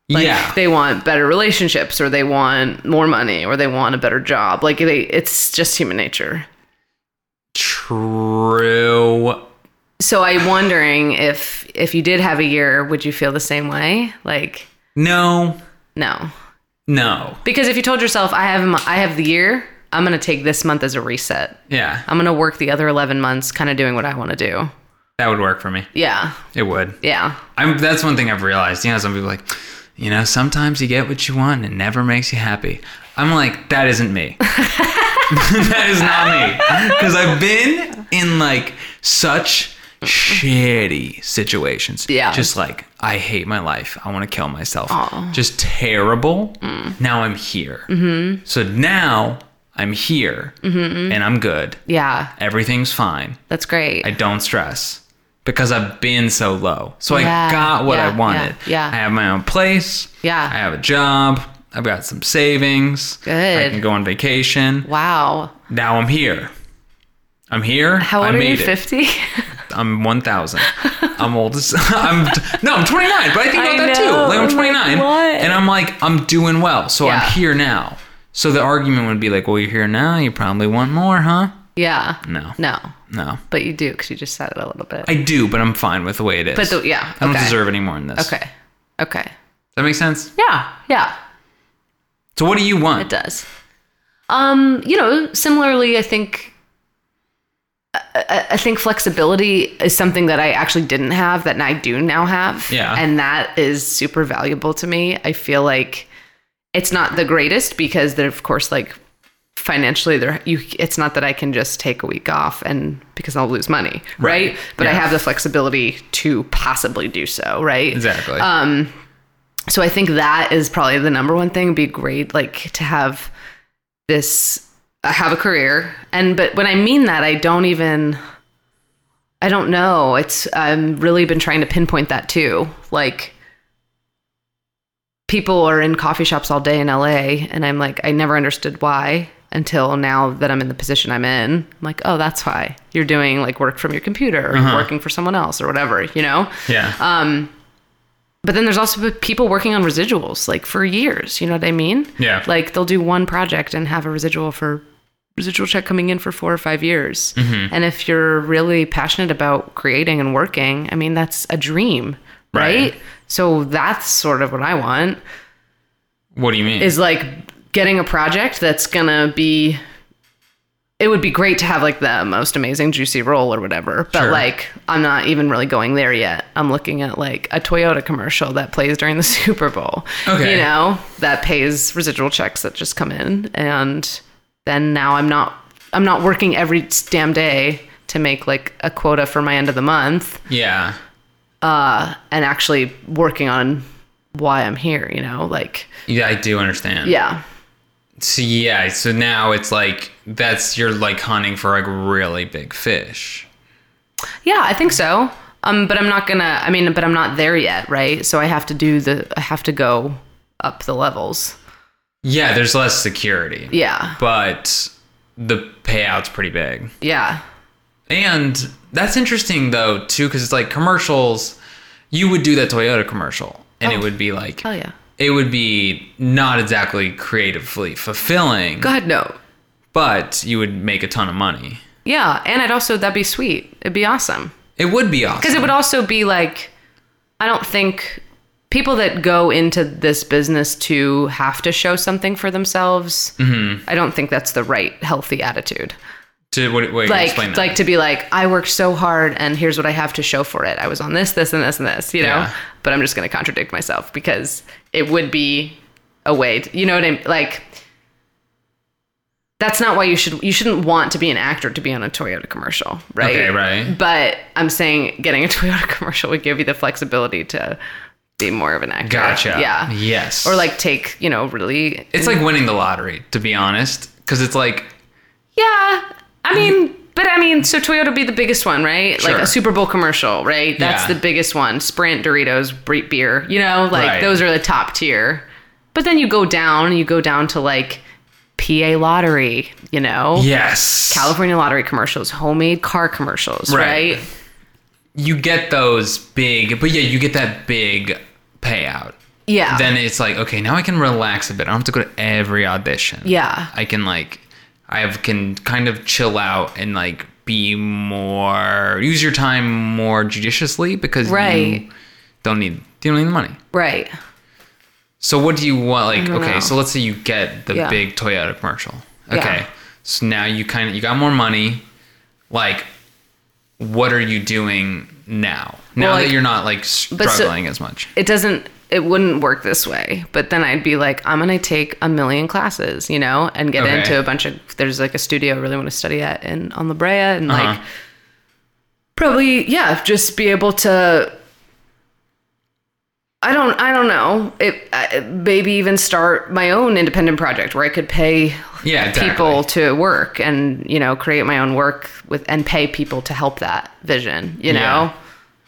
Like, yeah, They want better relationships or they want more money or they want a better job. Like, they, it's just human nature. true. [SIGHS] So I'm wondering if if you did have a year, would you feel the same way? Like, No, no. no, Because if you told yourself, I have a mo- I have the year, I'm going to take this month as a reset. yeah, I'm gonna work the other 11 months kind of doing what I want to do. that would work for me. Yeah, It would. yeah, I'm. That's one thing I've realized. You know, some people are like, you know, sometimes you get what you want and it never makes you happy. I'm like, that isn't me. that is not me. Because I've been in like such shitty situations. Yeah. Just like I hate my life. I want to kill myself. Just terrible. Now I'm here. Mm-hmm. So now I'm here and I'm good. yeah. Everything's fine. That's great. I don't stress because I've been so low. So Yeah, I got what yeah, I wanted. yeah, yeah. I have my own place. Yeah. I have a job. I've got some savings. I Good. can go on vacation. wow. Now I'm here. I'm here. How old I are made you? it. 50? I'm 1,000. [LAUGHS] I'm old as [LAUGHS] I'm no, I'm 29, but I think I about that too. know. Like I'm I'm like, 29, what? and I'm like I'm doing well, so Yeah. I'm here now. So the argument would be like, well, you're here now. You probably want more, huh? [LAUGHS] yeah. No, No, no. but you do because you just said it a little bit. I do, but I'm fine with the way it is. but the, yeah. I don't okay. deserve any more than this. Does Okay. Okay. that make sense? Yeah. Yeah. So what do you It want? does. Um, you know, similarly, I think I, I- I think flexibility is something that I actually didn't have that I do now have. Yeah. And that is super valuable to me. I feel like it's not the greatest because they're of course like financially there you it's not that I can just take a week off and because I'll lose money, right? Right. But I Yeah. have the flexibility to possibly do so, right? Exactly. Uh, Um, so i think that is probably the number one thing It'd be great like to have this uh, have a career and but when i mean that i don't even i don't know it's i've really been trying to pinpoint that too like people are in coffee shops all day in la and i'm like i never understood why until now that i'm in the position i'm in i'm like oh that's why you're doing like work from your computer or you're working for someone else or whatever you know yeah. uh, but then there's also p- people working on residuals like for years. You know what I mean? Yeah. Like they'll do one project and have a residual for residual check coming in for four or five years. Mm-hmm. And if you're really passionate about creating and working, I mean, that's a dream, right? Right. So that's sort of what I want what do you mean? is like getting a project that's gonna be it would be great to have like the most amazing juicy roll or whatever but Sure. like i'm not even really going there yet i'm looking at like a toyota commercial that plays during the [LAUGHS] super bowl Okay. you know that pays residual checks that just come in and then now i'm not i'm not working every damn day to make like a quota for my end of the month yeah. and actually working on why i'm here you know like Yeah, I do understand. yeah So yeah, so now it's like that's you're like hunting for like really big fish. Yeah, I think so. Um, but I'm not gonna. I mean, but I'm not there yet, right? So I have to do the. I have to go up the levels. Yeah, there's less security. Yeah, But the payout's pretty big. yeah, And that's interesting though too, because it's like commercials. You would do that Toyota commercial, and Oh. it would be like hell yeah. it would be not exactly creatively fulfilling, God no. but you would make a ton of money. Yeah, and I'd also that'd be sweet. It'd be awesome It would be awesome. because it would also be like, I don't think people that go into this business to have to show something for themselves, I don't think that's the right healthy attitude. To what? Wait, Like, explain that. like to be like, I worked so hard, and here's what I have to show for it. I was on this, this, and this, and this. You know, Yeah. but I'm just gonna contradict myself because it would be a way. To, you know what I mean? Like, that's not why you should. You shouldn't want to be an actor to be on a Toyota commercial, right? Okay, right. But I'm saying getting a [LAUGHS] Toyota commercial would give you the flexibility to be more of an actor. gotcha. Yeah. Yes. Or like take, you know, really. it's like winning the lottery, to be honest, because it's like Yeah. I mean, but I mean, so Toyota would be the biggest one, right? Like Sure. a Super Bowl commercial, right? That's Yeah. the biggest one. Sprint, Doritos, bre- beer, you know, like Right. those are the top tier. But then you go down, you go down to like PA lottery, you know? yes, California lottery commercials, homemade car commercials, Right. right? you get those big, but yeah, you get that big payout. Yeah. Then it's like, okay, now I can relax a bit. I don't have to go to every audition. Yeah. I can like, I have- can kind of chill out and like be more, use your time more judiciously because Right. you don't need, you don't need the money. right. So what do you want? Like, don't okay, know. so let's say you get the Yeah. big Toyota commercial. Yeah. Okay, so now you kind of you got more money. Like, what are you doing now? Now Well, that like- you're not like so- struggling as much. it doesn't it wouldn't work this way but then i'd be like i'm gonna take a million classes you know and get Okay. into a bunch of there's like a studio i really want to study at in on la brea and like Uh-huh. probably yeah just be able to i don't i don't know it I, maybe even start my own independent project where i could pay Yeah, exactly. people to work and you know create my own work with and pay people to help that vision you know Yeah.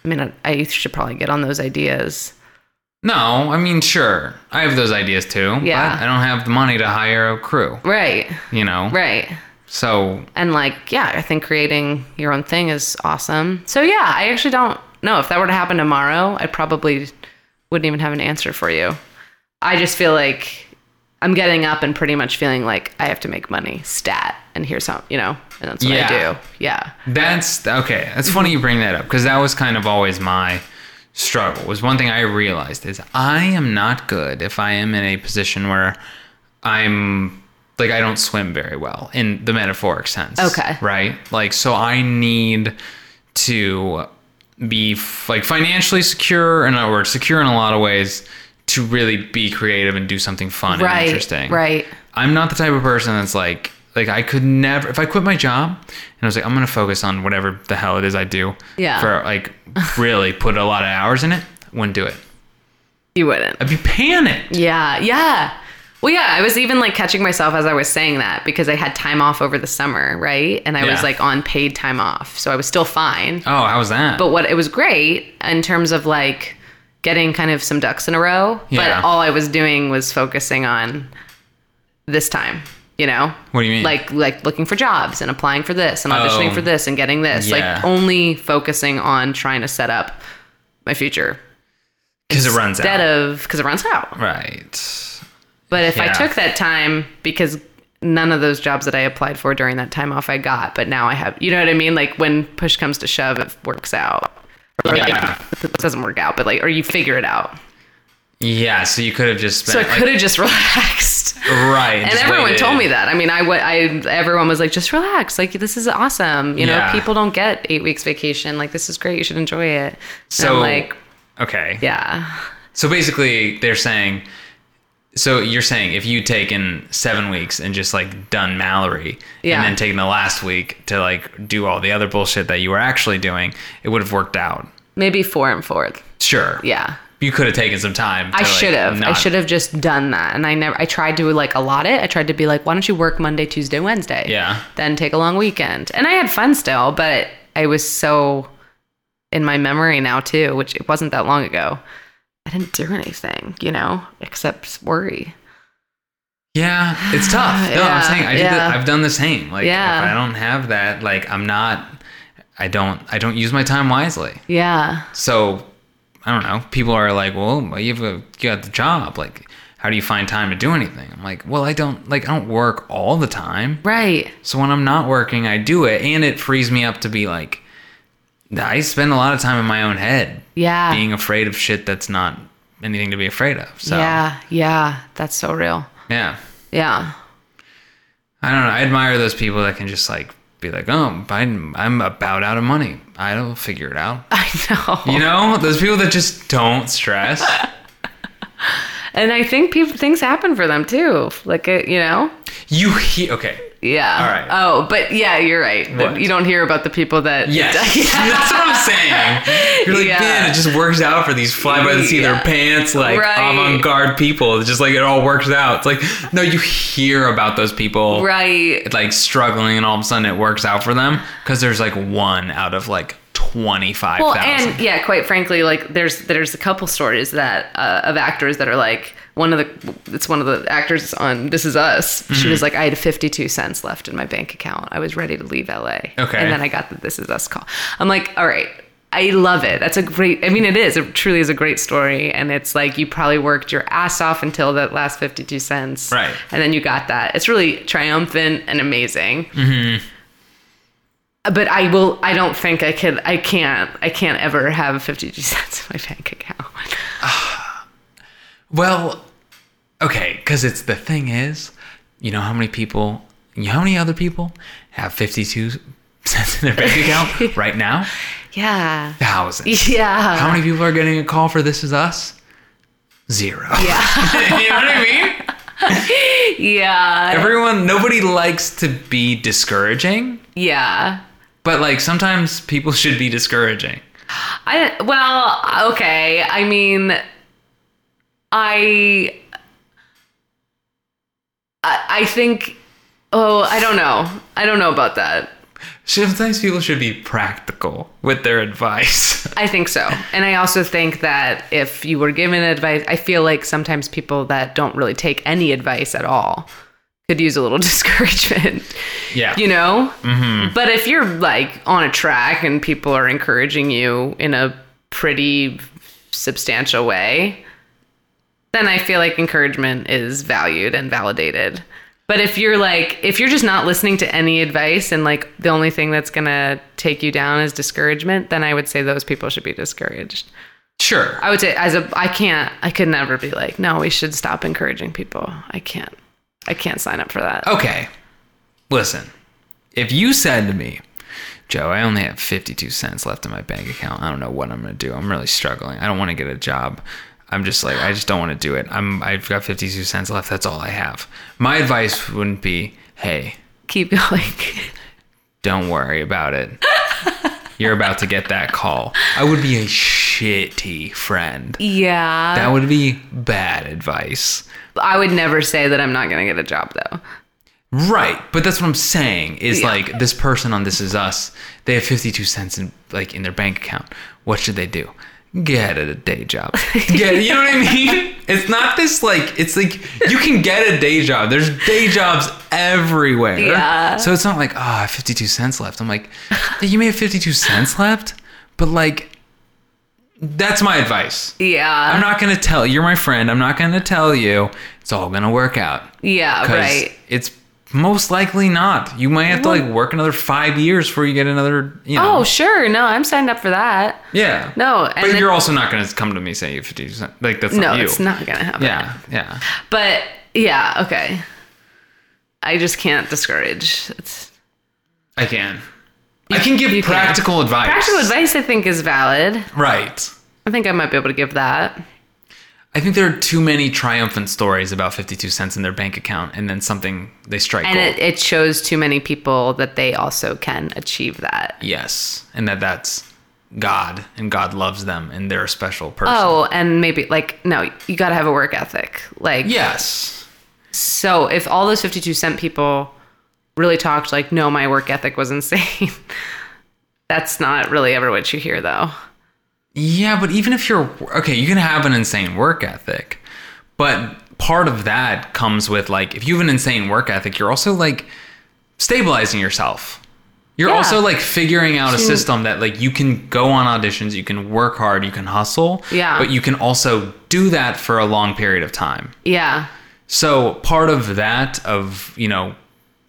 i mean I, I should probably get on those ideas No, I mean sure, I have those ideas too. Yeah. but I don't have the money to hire a crew. Right, You know. right. So And like, yeah, I think creating your own thing is awesome. So yeah, I actually don't know if that were to happen tomorrow, I probably wouldn't even have an answer for you. I just feel like I'm getting up and pretty much feeling like I have to make money, stat, and here's how you know, and that's what Yeah. I do. Yeah, That's okay. That's funny you bring that up because that was kind of always my struggle. Was one thing I realized is I am not good if I am in a position where I'm like I don't swim very well in the metaphoric sense. Okay. Right? Like so I need to be f- like financially secure and or secure in a lot of ways to really be creative and do something fun and Right, interesting. right. I'm not the type of person that's like like I could never if I quit my job and I was like I'm gonna focus on whatever the hell it is I do Yeah. for like really put a lot of hours in it wouldn't do it you wouldn't. I'd be panicked Yeah, yeah. Well, yeah, I was even like catching myself as I was saying that because I had time off over the summer, right? And I Yeah. was like on paid time off, so I was still fine. oh how was that but what it was great in terms of like getting kind of some ducks in a row Yeah. but all i was doing was focusing on this time you know What do you mean? like like looking for jobs and applying for this and auditioning Oh. for this and getting this Yeah. like only focusing on trying to set up my future because it runs instead out of because it runs out right but if Yeah. i took that time because none of those jobs that i applied for during that time off i got but now i have you know what i mean like when push comes to shove it works out or like, Yeah. it doesn't work out, but like, or you figure it out. yeah so you could have just So I spent could have just [LAUGHS] relaxed. like, right And just everyone waited. told me that. I mean, I, wa- I, everyone was like, just relax. Like, this is awesome. You know, Yeah. people don't get eight weeks vacation. Like, this is great. You should enjoy it. so So, like, okay yeah. so basically they're saying so you're saying if you'd taken seven weeks and just like done Mallory Yeah. and then taken the last week to like do all the other bullshit that you were actually doing, it would have worked out. Maybe four and fourth. Sure. Yeah. You could have taken some time. I should have. I should have just done that. And I never, I tried to like allot it. I tried to be like, why don't you work Monday, Tuesday, Wednesday? Yeah. Then take a long weekend. And I had fun still, but I was so in my memory now too, which it wasn't that long ago. I didn't do anything, you know, except worry. Yeah, it's [SIGHS] tough. No, I'm Yeah, saying I did yeah. the, I've done the same. Like Yeah. if I don't have that, like I'm not. I don't. I don't use my time wisely. Yeah. So I don't know. People are like, "Well, you have a you got the job. Like, how do you find time to do anything?" I'm like, "Well, I don't like I don't work all the time. Right. So when I'm not working, I do it, and it frees me up to be like, I spend a lot of time in my own head, Yeah. being afraid of shit that's not anything to be afraid of. So Yeah, yeah, that's so real. yeah. Yeah. [LAUGHS] I don't know. I admire those people that can just like be like, oh, Biden, I'm about out of money. I'll figure it out. I know. You know, those people that just don't stress. And I think people things happen for them too. Like uh, you know? You he okay? Yeah. All right. Oh, but yeah, you're right. But What? you don't hear about the people that Yes, [LAUGHS] Yeah. [LAUGHS] that's what I'm saying. You're like, Yeah. man, it just works out for these fly by the seat of Yeah. their pants, like Right. avant-garde people. It's just like it all works out. It's like, no, you hear about those people, Right. Like struggling, and all of a sudden it works out for them because there's like one out of like twenty-five Well, thousand. and yeah, quite frankly, like there's there's a couple stories that uh, of actors that are like one of the it's one of the actors on This Is Us. Mm-hmm. She was like, I had 52 cents left in my bank account. I was ready to leave LA. Okay. and then I got the This Is Us call. I'm like, all right. I love it. That's a great. I mean, it is. It truly is a great story, and it's like you probably worked your ass off until that last fifty-two cents, Right. And then you got that. It's really triumphant and amazing but I will. I don't think I could. I can't. I can't ever have fifty cents in my bank account. Well, okay, because it's the thing is, you know how many people, you know how many other people have 52 [LAUGHS] cents in their bank [LAUGHS] account right now? Yeah. Thousands. Yeah. How many people are getting a call for This Is Us? Zero. Yeah. [LAUGHS] you know what I mean? [LAUGHS] Yeah. Everyone, nobody likes to be discouraging, Yeah. but like sometimes people should be discouraging. I well, okay. I mean, I. I I think. Oh, I don't know. I don't know about that. Sometimes people should be practical with their advice. [LAUGHS] I think so. And I also think that if you were given advice, I feel like sometimes people that don't really take any advice at all could use a little [LAUGHS] discouragement. Yeah. You know? Mm-hmm. But if you're like on a track and people are encouraging you in a pretty substantial way, then I feel like encouragement is valued and validated. But if you're like, if you're just not listening to any advice and like the only thing that's gonna take you down is discouragement, then I would say those people should be discouraged. Sure. I would say, as a, I can't, I could never be like, no, we should stop encouraging people. I can't, I can't sign up for that. Okay. Listen, if you said to me, Joe, I only have 52 cents left in my bank account. I don't know what I'm going to do. I'm really struggling. I don't want to get a job. I'm just like, I just don't want to do it. I'm, I've got 52 cents left. That's all I have. My advice wouldn't be, hey, Keep [LAUGHS] going. don't worry about it. You're about to get that call. I would be a shitty friend. yeah. That would be bad advice. I would never say that I'm not going to get a job though. Right, but that's what I'm saying is Yeah. like this person on This Is Us, they have 52 cents in like in their bank account. What should they do? Get a day [LAUGHS] job. Get, you know what I mean? It's not this like it's like you can get a day job. There's day jobs everywhere. Yeah. So it's not like oh, I have 52 cents left. I'm like, you may have 52 cents left, but like that's my advice. Yeah. I'm not gonna tell you're my friend. I'm not gonna tell you. It's all gonna work out. yeah, Because right. It's most likely not. You might have to like work another five years before you get another. You know. Oh, sure. No, I'm signed up for that. yeah. No, and but then- you're also not going to come to me saying you fifty percent. Like that's No, not you. it's not going to happen. Yeah, yeah. But yeah, okay. I just can't discourage. It's, I can. I can give you can. practical advice. practical advice, I think, is valid. Right. I think I might be able to give that. I think there are too many triumphant stories about fifty-two cents in their bank account, and then something they strike. And gold. it, it shows too many people that they also can achieve that. yes, and that that's God, and God loves them, and they're a special person. Oh, and maybe like, no, you got to have a work ethic. Like, Yes. So if all those 52 cent people really talked like, no, my work ethic was insane, [LAUGHS] that's not really ever what you hear though. Yeah, but even if you're okay, you can have an insane work ethic, but part of that comes with like if you have an insane work ethic, you're also like stabilizing yourself. You're Yeah. also like figuring out a system that like you can go on auditions, you can work hard, you can hustle, Yeah. but you can also do that for a long period of time. Yeah. So part of that of you know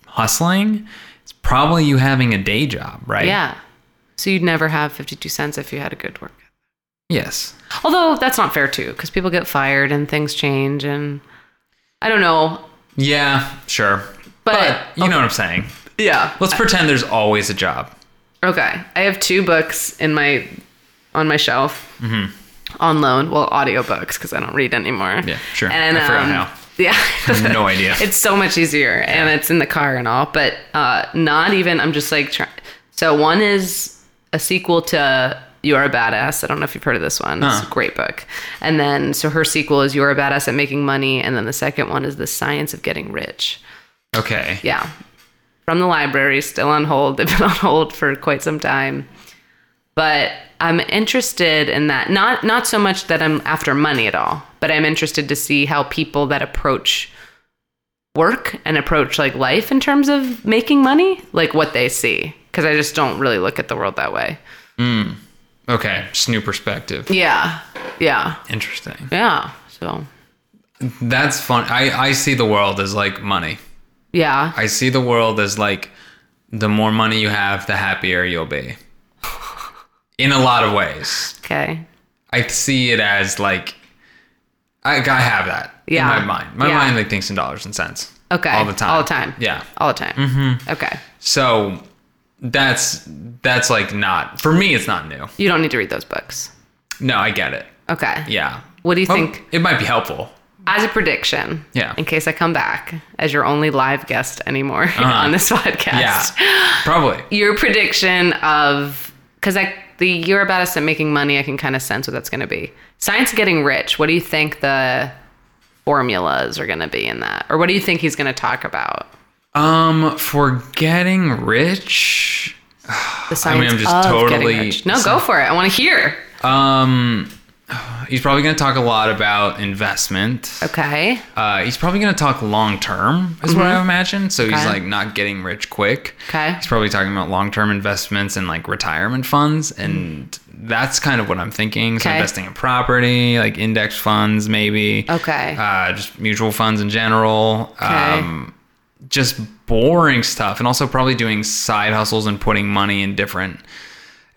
hustling is probably you having a day job, right? Yeah. So you'd never have 52 cents if you had a good work. Yes. Although that's not fair too, because people get fired and things change, and I don't know. Yeah, sure. But- you know what I'm saying. Yeah. Let's pretend there's always a job. Okay. I have two books in my on my shelf Mm-hmm. on loan. Well, audiobooks because I don't read anymore. Yeah, sure. And I forgot um, how. Yeah. No idea. [LAUGHS] it's so much easier, and it's in the car and all. But uh, not even. I'm just like trying. So one is a sequel to You're a Badass. I don't know if you've heard of this one. It's Huh. a great book. And then so her sequel is You're a Badass at Making Money, and then the second one is The Science of Getting Rich. okay. Yeah. From the library, still on hold. [LAUGHS] They've been on hold for quite some time. But I'm interested in that. Not not so much that I'm after money at all, but I'm interested to see how people that approach work and approach like life in terms of making money, like what they see. Because I just don't really look at the world that way. Okay. Just new perspective. Yeah. Yeah. Interesting. Yeah. So That's fun. I, I see the world as like money. yeah. I see the world as like the more money you have, the happier you'll [LAUGHS] be. In a lot of ways. Okay. I see it as like I, I have that Yeah. in my mind. My Yeah. mind like thinks in dollars and cents. Okay. All the time. All the time. Yeah. All the time. Mm-hmm. Okay. So that's that's like not for me it's not new. You don't need to read those books. No, I get it. Okay. Yeah. What do you Oh, think? it might be helpful. as a prediction, Yeah. in case I come back as your only live guest anymore [LAUGHS] on this podcast, Uh-huh. Yeah. Probably. your prediction of because I the you're about us at making money, I can kind of sense what that's going to be. Science of getting rich. What do you think the formulas are going to be in that, or what do you think he's going to talk about? Um for getting rich. The science I'm just of totally- getting rich. No, go for it. I want to hear. Um he's probably going to talk a lot about investment. Okay. Uh, he's probably going to talk long term, is what I imagine. So he's Mm-hmm. Okay. like not getting rich quick. Okay. He's probably talking about long term investments and like retirement funds. And that's kind of what I'm thinking. So Mm. Okay. investing in property, like index funds, maybe. Okay. Uh, just mutual funds in general. Okay. Um, just boring stuff. And also probably doing side hustles and putting money in different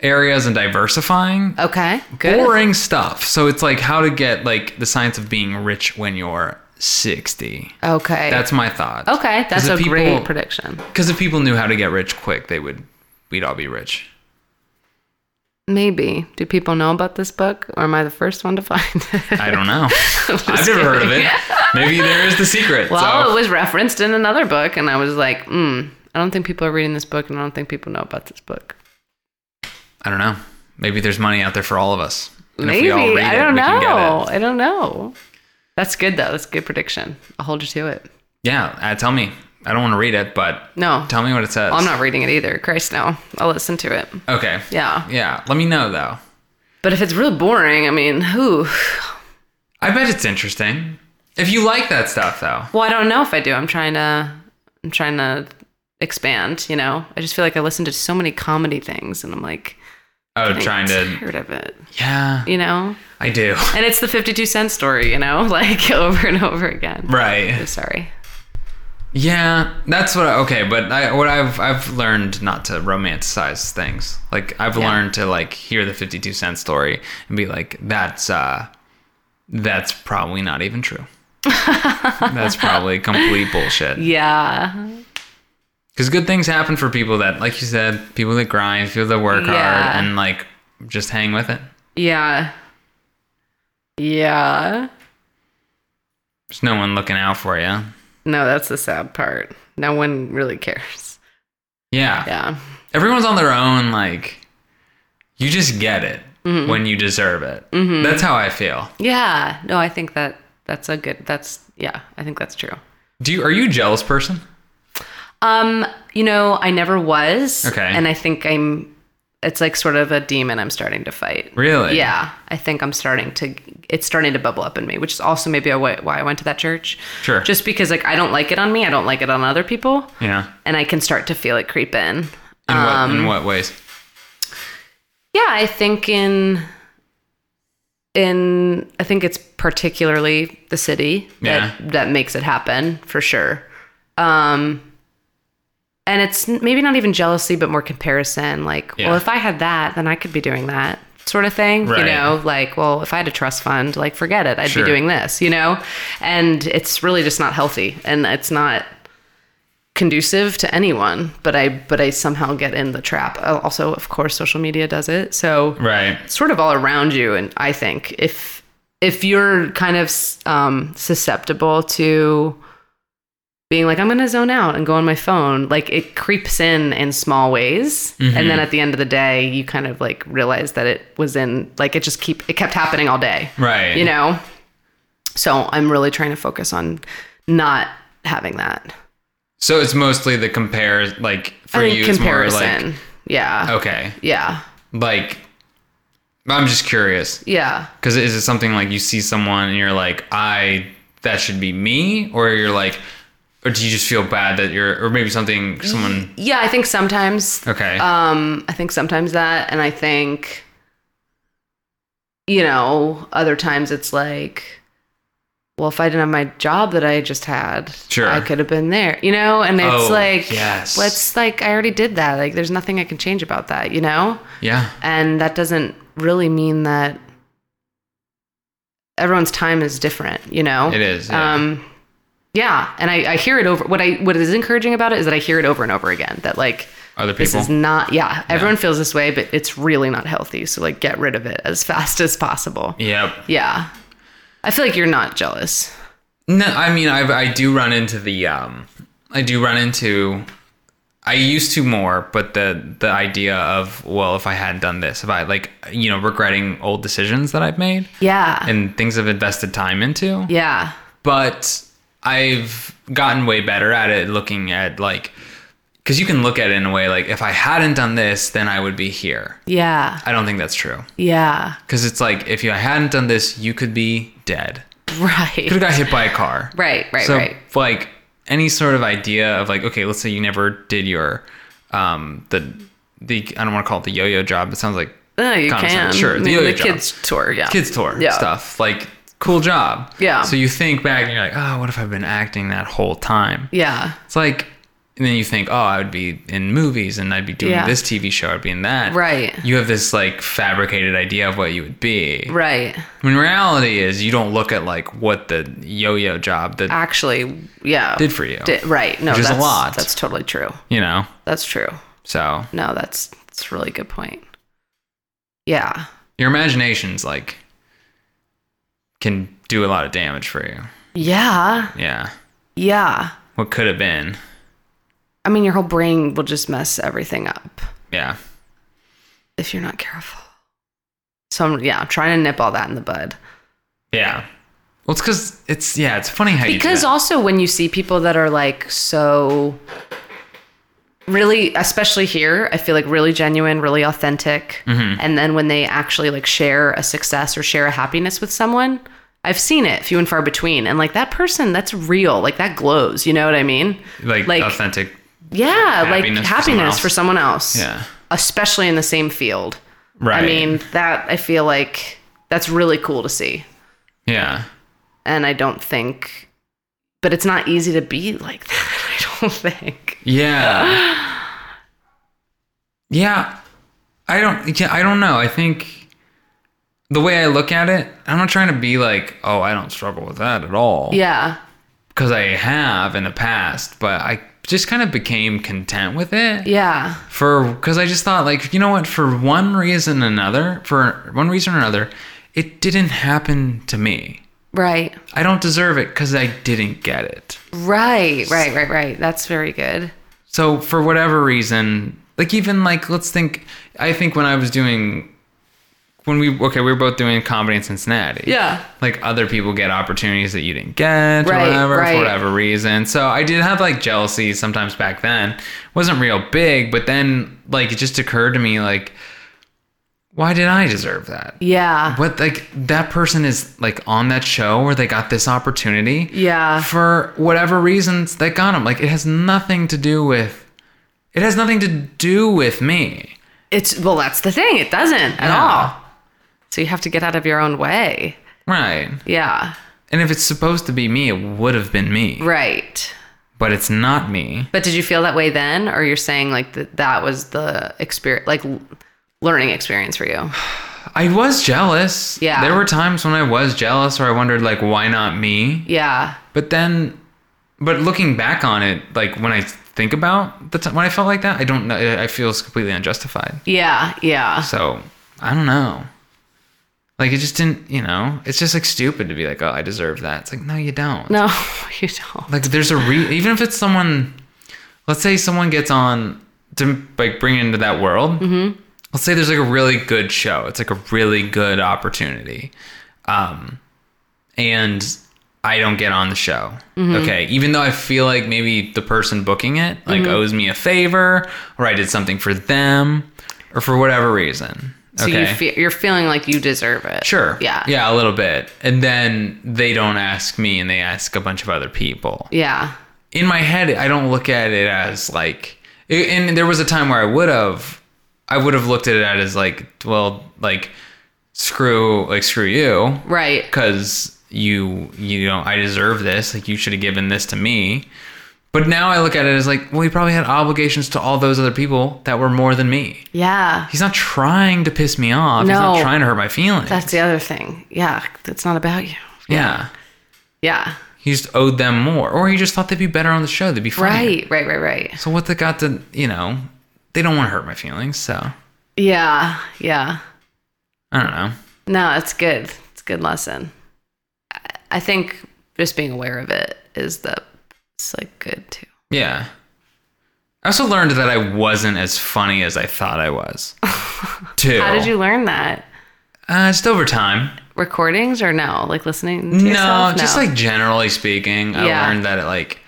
areas and diversifying okay. Good. boring stuff. So it's like how to get like the science of being rich when you're 60. Okay. That's my thought. okay. That's if a people- great prediction. Because if people knew how to get rich quick, they would we'd all be rich. Maybe. Do people know about this book, or am I the first one to find [LAUGHS] it? I don't [LAUGHS] know. I've just never heard of it. Maybe there is the secret. Well, so. it was referenced in another book, and I was like, hmm, I don't think people are reading this book, and I don't think people know about this book. I don't know. Maybe there's money out there for all of us. And if Maybe. we all read I it, don't we can get it. know. I don't know. That's good, though. That's a good prediction. I'll hold you to it. Yeah, uh, tell me. I don't want to read it, but No. tell me what it says. Well, I'm not reading it either. Christ, no. I'll listen to it. Okay. Yeah. Yeah. Let me know though. But if it's real boring, I mean, who? I bet it's interesting. If you like that stuff though. Well, I don't know if I do. I'm trying to. I'm trying to expand. You know, I just feel like I listen to so many comedy things, and I'm like Oh, [CLEARS THROAT] I'm trying to [LAUGHS] tired of it. Yeah. You know, I do. and it's the 52 cent story. You know, [LAUGHS] like over and over again. Right. I'm sorry. Yeah, that's what. I, okay, but I, what I've I've learned not to romanticize things. Like I've Yeah. learned to like hear the fifty two cent story and be like, that's uh, that's probably not even [LAUGHS] true. that's probably complete bullshit. Yeah. Because good things happen for people that, like you said, people that grind, people that work Yeah. hard, and like just hang with it. Yeah. Yeah. There's no one looking out for you. No, that's the sad part. No one really cares. Yeah. Yeah. everyone's on their own like you just get it Mm-hmm. when you deserve it that's how i feel Yeah. No, I think that that's a good. That's yeah. I think that's true. do you are you a jealous person Um, you know, I never was. Okay. And I think I'm it's like sort of a demon I'm starting to fight. really Yeah. I think I'm starting to it's starting to bubble up in me, which is also maybe a way, why I went to that church. Sure. Just because like I don't like it on me, I don't like it on other people, yeah and I can start to feel it creep in. in, what, in um, what ways Yeah, I think in in I think it's particularly the city Yeah. that that makes it happen for sure. Um and it's n- maybe not even jealousy but more comparison like Yeah. well if I had that then I could be doing that. sort of thing. Right. You know, like, well, if I had a trust fund, like, forget it. I'd Sure. be doing this, you know? And it's really just not healthy and it's not conducive to anyone. But I, but I somehow get in the trap. Uh, Also, of course, social media does it. So, Right. sort of all around you. And I think if, if you're kind of um, susceptible to being like, I'm going to zone out and go on my phone, like it creeps in in small ways. And Mm-hmm. then at the end of the day, you kind of like realize that it was in, like it just keep, it kept happening all day. Right. You know? So I'm really trying to focus on not having that. So it's mostly the compare, like Oh. for I think you, it's more comparison. yeah. like okay, Yeah. like I'm just curious Yeah. because is it something like you see someone and you're like, I that should be me, or you're like, or do you just feel bad that you're, or maybe something someone Yeah. I think sometimes okay, Um, I think sometimes that, and I think, you know, other times it's like, well, if I didn't have my job that I just had, Sure. I could have been there, you know. And it's Oh, like, yes. let's like, I already did that. Like, there's nothing I can change about that, you know. yeah, And that doesn't really mean that everyone's time is different, you know. It is, yeah. Um, yeah, and I, I hear it over. What I what is encouraging about it is that I hear it over and over again. That like other this people, is not yeah everyone feels this way but it's really not healthy so like get rid of it as [LAUGHS] fast as possible yep. yeah i feel like you're not jealous No, I mean I I do run into the um I do run into I used to more, but the the idea of well if I hadn't done this, if I like you know regretting old decisions that I've made yeah and things I've invested time into. yeah But I've gotten way better at it looking at like cuz you can look at it in a way like if I hadn't done this, then I would be here. yeah I don't think that's true yeah [LAUGHS] cuz it's like if you hadn't done this, you could be dead. right Could have got hit by a car [LAUGHS] right right so right like any sort of idea of like okay let's say you never did your um the the i don't want to call it the yo-yo job it sounds like oh you kinda can sounds- sure I the mean, yo-yo the job. kids tour yeah kids tour Yeah. stuff like cool job Yeah. so you think back and you're like oh what if i've been acting that whole time yeah it's like and then you think oh i would be in movies and i'd be doing Yeah. this tv show i'd be in that Right. you have this like fabricated idea of what you would be right when reality is you don't look at like what the yo-yo job that actually yeah Did for you. Uh, Did- right no Which is a that's lot. that's totally true you know that's true so no that's that's a really good point yeah your imagination's like can do a lot of damage for you. yeah Yeah. yeah What could have been. I mean, your whole brain will just mess everything up Yeah. if you're not careful. So I'm, yeah, I'm trying to nip all that in the bud. Yeah. Well, it's because it's yeah, it's funny how Because you do that. also when you see people that are like so really especially here i feel like really genuine really authentic Mm-hmm. and then when they actually like share a success or share a happiness with someone i've seen it few and far between and like that person that's real like that glows you know what i mean like, like- authentic. yeah Happiness for someone like happiness for else. someone else Yeah. especially in the same field Right. I mean, that I feel like that's really cool to see. Yeah. And I don't think, but it's not easy to be like [LAUGHS] that, I don't think. Yeah. [GASPS] yeah. I don't yeah, I don't know. I think the way I look at it, I'm not trying to be like, oh, I don't struggle with that at all. Yeah. Because I have in the past, but I just kind of became content with it. Yeah. for because I just thought like you know what for one reason or another for one reason or another it didn't happen to me Right. I don't deserve it because I didn't get it Right. Right. Right. Right. That's very good. so for whatever reason like even like let's think I think when I was doing when we okay we were both doing comedy in Cincinnati Yeah. like other people get opportunities that you didn't get or Right, whatever right. for whatever reason. So I did have like jealousy sometimes back then. wasn't real big, but then like it just occurred to me like, why did I deserve that? Yeah. What like that person is like on that show where they got this opportunity Yeah. for whatever reasons that got them. Like it has nothing to do with. It has nothing to do with me. It's, well, that's the thing. It doesn't at Yeah. all. So you have to get out of your own way. Right. Yeah. And if it's supposed to be me, it would have been me. Right. But it's not me. But did you feel that way then? Or you're saying like that that was the experience, like l- learning experience for you? I was jealous. Yeah. There were times when I was jealous or I wondered like why not me? Yeah. But then but looking back on it, like when I think about the time when I felt like that, I don't know I feel completely unjustified. Yeah. Yeah. So, I don't know. Like it just didn't, you know, it's just like stupid to be like, "Oh, I deserve that." It's like, "No, you don't." No, [LAUGHS] you don't. like there's a re even if it's someone let's say someone gets on to like bring into that world mm-hmm. let's say there's like a really good show it's like a really good opportunity um and i don't get on the show Mm-hmm. okay even though i feel like maybe the person booking it like Mm-hmm. owes me a favor or i did something for them or for whatever reason So you feel you're feeling like you deserve it. Sure. Yeah. Yeah, a little bit. And then they don't ask me and they ask a bunch of other people Yeah. in my head, I don't look at it as like. it- And there was a time where I would have, I would have looked at it as like, well, like, screw, like screw you, Right. because you, you know, I deserve this. Like, you should have given this to me. But now I look at it as like, well, he probably had obligations to all those other people that were more than me. Yeah. He's not trying to piss me off. He's not No. trying to hurt my feelings. That's the other thing. Yeah. That's not about you. yeah. Yeah. He just owed them more, or he just thought they'd be better on the show. They'd be funnier. Right. Right. Right. Right. So what they got to, you know, they don't want to hurt my feelings. So Yeah. Yeah. I don't know. No, it's good. It's a good lesson. I- I think just being aware of it is the it's like good too. Yeah. I also learned that I wasn't as funny as I thought I [LAUGHS] was. Too. How did you learn that? Uh, just over time. Recordings or no? Like listening to No, yourself? just like generally speaking, Yeah. I learned that it like,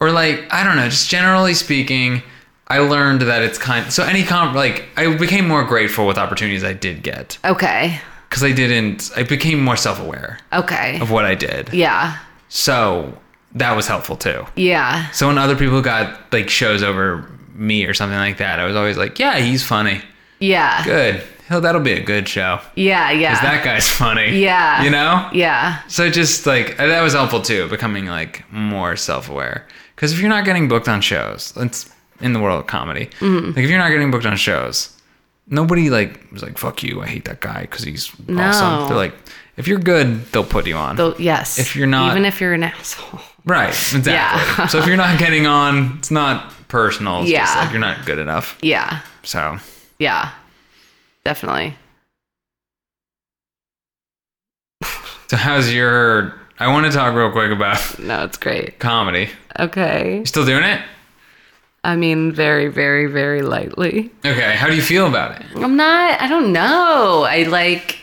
or like I don't know, just generally speaking, I learned that it's kind. So any com like I became more grateful with opportunities I did get Okay. because I didn't. I became more self aware Okay. of what I did. Yeah. So that was helpful too. Yeah. So when other people got like shows over me or something like that, I was always like, "Yeah, he's funny. Yeah. Good. Hell, that'll be a good show. Yeah. Yeah. 'Cause that guy's funny. Ah. [LAUGHS] Yeah. You know. yeah. So just like that was helpful too, becoming like more self-aware. Because if you're not getting booked on shows, it's in the world of comedy. Mm-hmm. Like if you're not getting booked on shows, nobody like was like, "Fuck you, I hate that guy because he's No. awesome." They're like, if you're good, they'll put you on. Though yes. If you're not- even if you're an asshole. [LAUGHS] Right. Exactly. Yeah. so if you're not getting on, it's not personal. It's just Yeah. like you're not good enough. Yeah. So Yeah. Definitely. so how's your I want to talk real quick about No, it's great. comedy. Okay. You still doing it? I mean, very, very, very lightly. Okay. How do you feel about it? I'm not, I don't know. I like,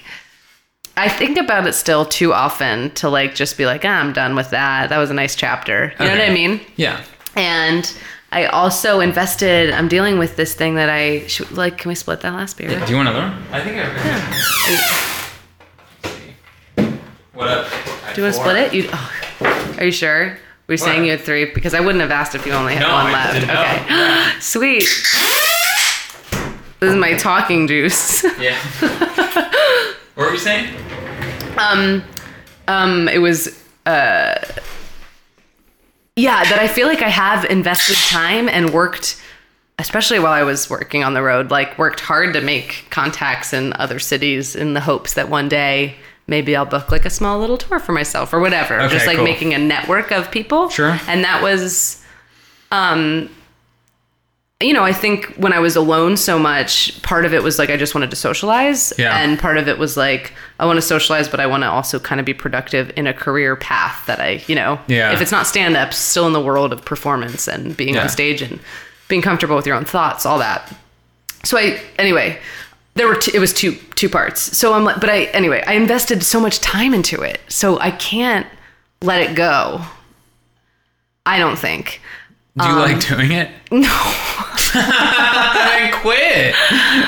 I think about it still too often to like just be like, ah, I'm done with that. That was a nice chapter. You know what Okay. I mean? Yeah. And I also invested, I'm dealing with this thing that I should, like, can we split that last beer? Do you want another one? I think I What up? Do you want to split it? You, oh, are you sure? Were you saying you had three? Because I wouldn't have asked if you only had No, one I left. didn't know. okay. [GASPS] Sweet. This is my talking juice. [LAUGHS] Yeah. what were you saying? um, it was uh, yeah that i feel like i have invested time and worked especially while i was working on the road like worked hard to make contacts in other cities in the hopes that one day maybe i'll book like a small little tour for myself or whatever Okay, just like cool. making a network of people Sure. and that was um you know i think when i was alone so much part of it was like i just wanted to socialize Yeah. and part of it was like I want to socialize, but I want to also kind of be productive in a career path that I, you know, Yeah. if it's not stand up, still in the world of performance and being Yeah. on stage and being comfortable with your own thoughts, all that. So I, anyway, there were two, it was two two parts. So I'm like, but I anyway, I invested so much time into it, so I can't let it go. I don't think. [LAUGHS] Do you like Um, doing it? No. I quit.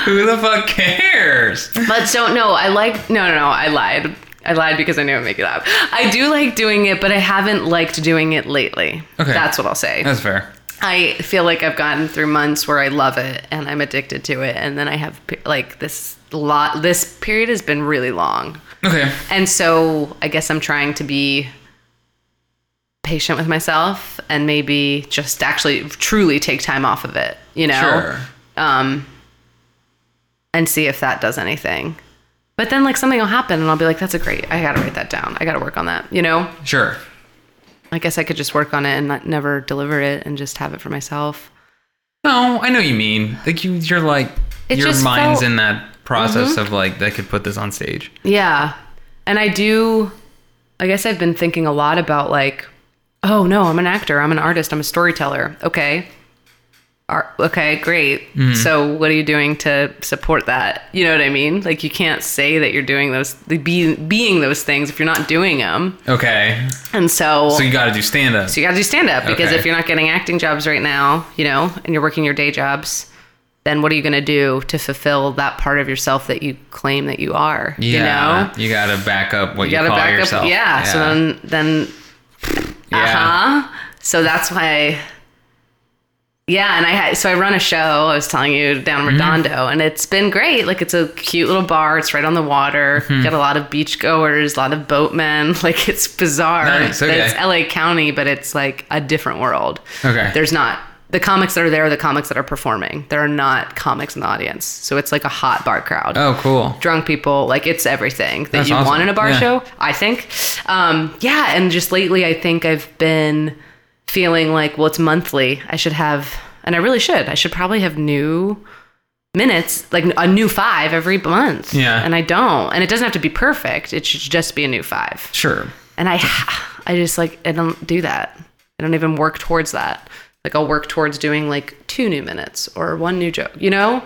Who the fuck cares? But so no, I like no no no, I lied. I lied because I knew I'd make it up. I do like doing it, but I haven't liked doing it lately. Okay. Uh, That's what I'll say. That's fair. I feel like I've gotten through months where I love it and I'm addicted to it and then I have pe- like this lot this period has been really long. Okay. And so I guess I'm trying to be patient with myself and maybe just actually truly take time off of it, you know? Sure. Um and see if that does anything. But then like something will happen and I'll be like, that's a great, I gotta write that down. I gotta work on that, you know? Sure. I guess I could just work on it and not, never deliver it and just have it for myself. No, I know what you mean. Like you, you're like It your just mind's felt- Mm-hmm. in that process of like that could put this on stage. Yeah. And I do, I guess I've been thinking a lot about like, oh no, I'm an actor, I'm an artist, I'm a storyteller. Okay. Ar- okay, great. So what are you doing to support that? You know what I mean? Like you can't say that you're doing those, be, being those things if you're not doing them. Okay, And so, so so you you, got to do stand up. got to do stand up because Okay. if you're not getting acting jobs right now, you know, and you're working your day jobs, then what are you going to do to fulfill that part of yourself that you claim that you are? You know? Yeah, you, got to back up what you, gotta call back yourself. up. Yeah. So then, then, yeah. uh huh. So that's why. Yeah, and I had so I run a show. I was telling you down in Mm-hmm. Redondo, and it's been great. Like it's a cute little bar. It's right on the water. Mm-hmm. Got a lot of beachgoers, a lot of boatmen. [LAUGHS] Like it's bizarre. Nice, okay. It's LA County, but it's like a different world. Okay. There's not the comics that are there. Are the comics that are performing. There are not comics in the audience. So it's like a hot bar crowd Oh, cool. drunk people like it's everything that That's you awesome. want in a bar Yeah. show i think um, yeah and just lately i think i've been feeling like well it's monthly i should have and i really should i should probably have new minutes like a new five every month Yeah. and i don't and it doesn't have to be perfect it should just be a new five Sure. and i [SIGHS] i just like i don't do that i don't even work towards that like i'll work towards doing like two new minutes or one new joke you know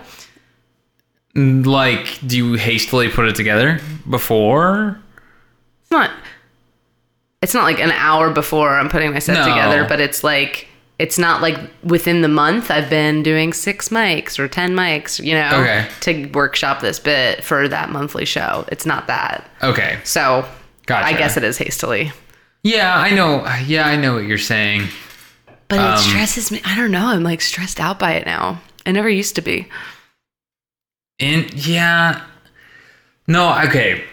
Like, do you hastily put it together before? it's not it's not like an hour before I'm putting my set No. together, but it's like it's not like within the month I've been doing six mics or ten mics, you know, Okay. to workshop this bit for that monthly show. It's not that. Okay. So Gotcha. I guess it is hastily. Yeah, I know. Yeah, I know what you're saying. But Um, it stresses me. I don't know. I'm like stressed out by it now. I never used to be. And yeah. No, okay.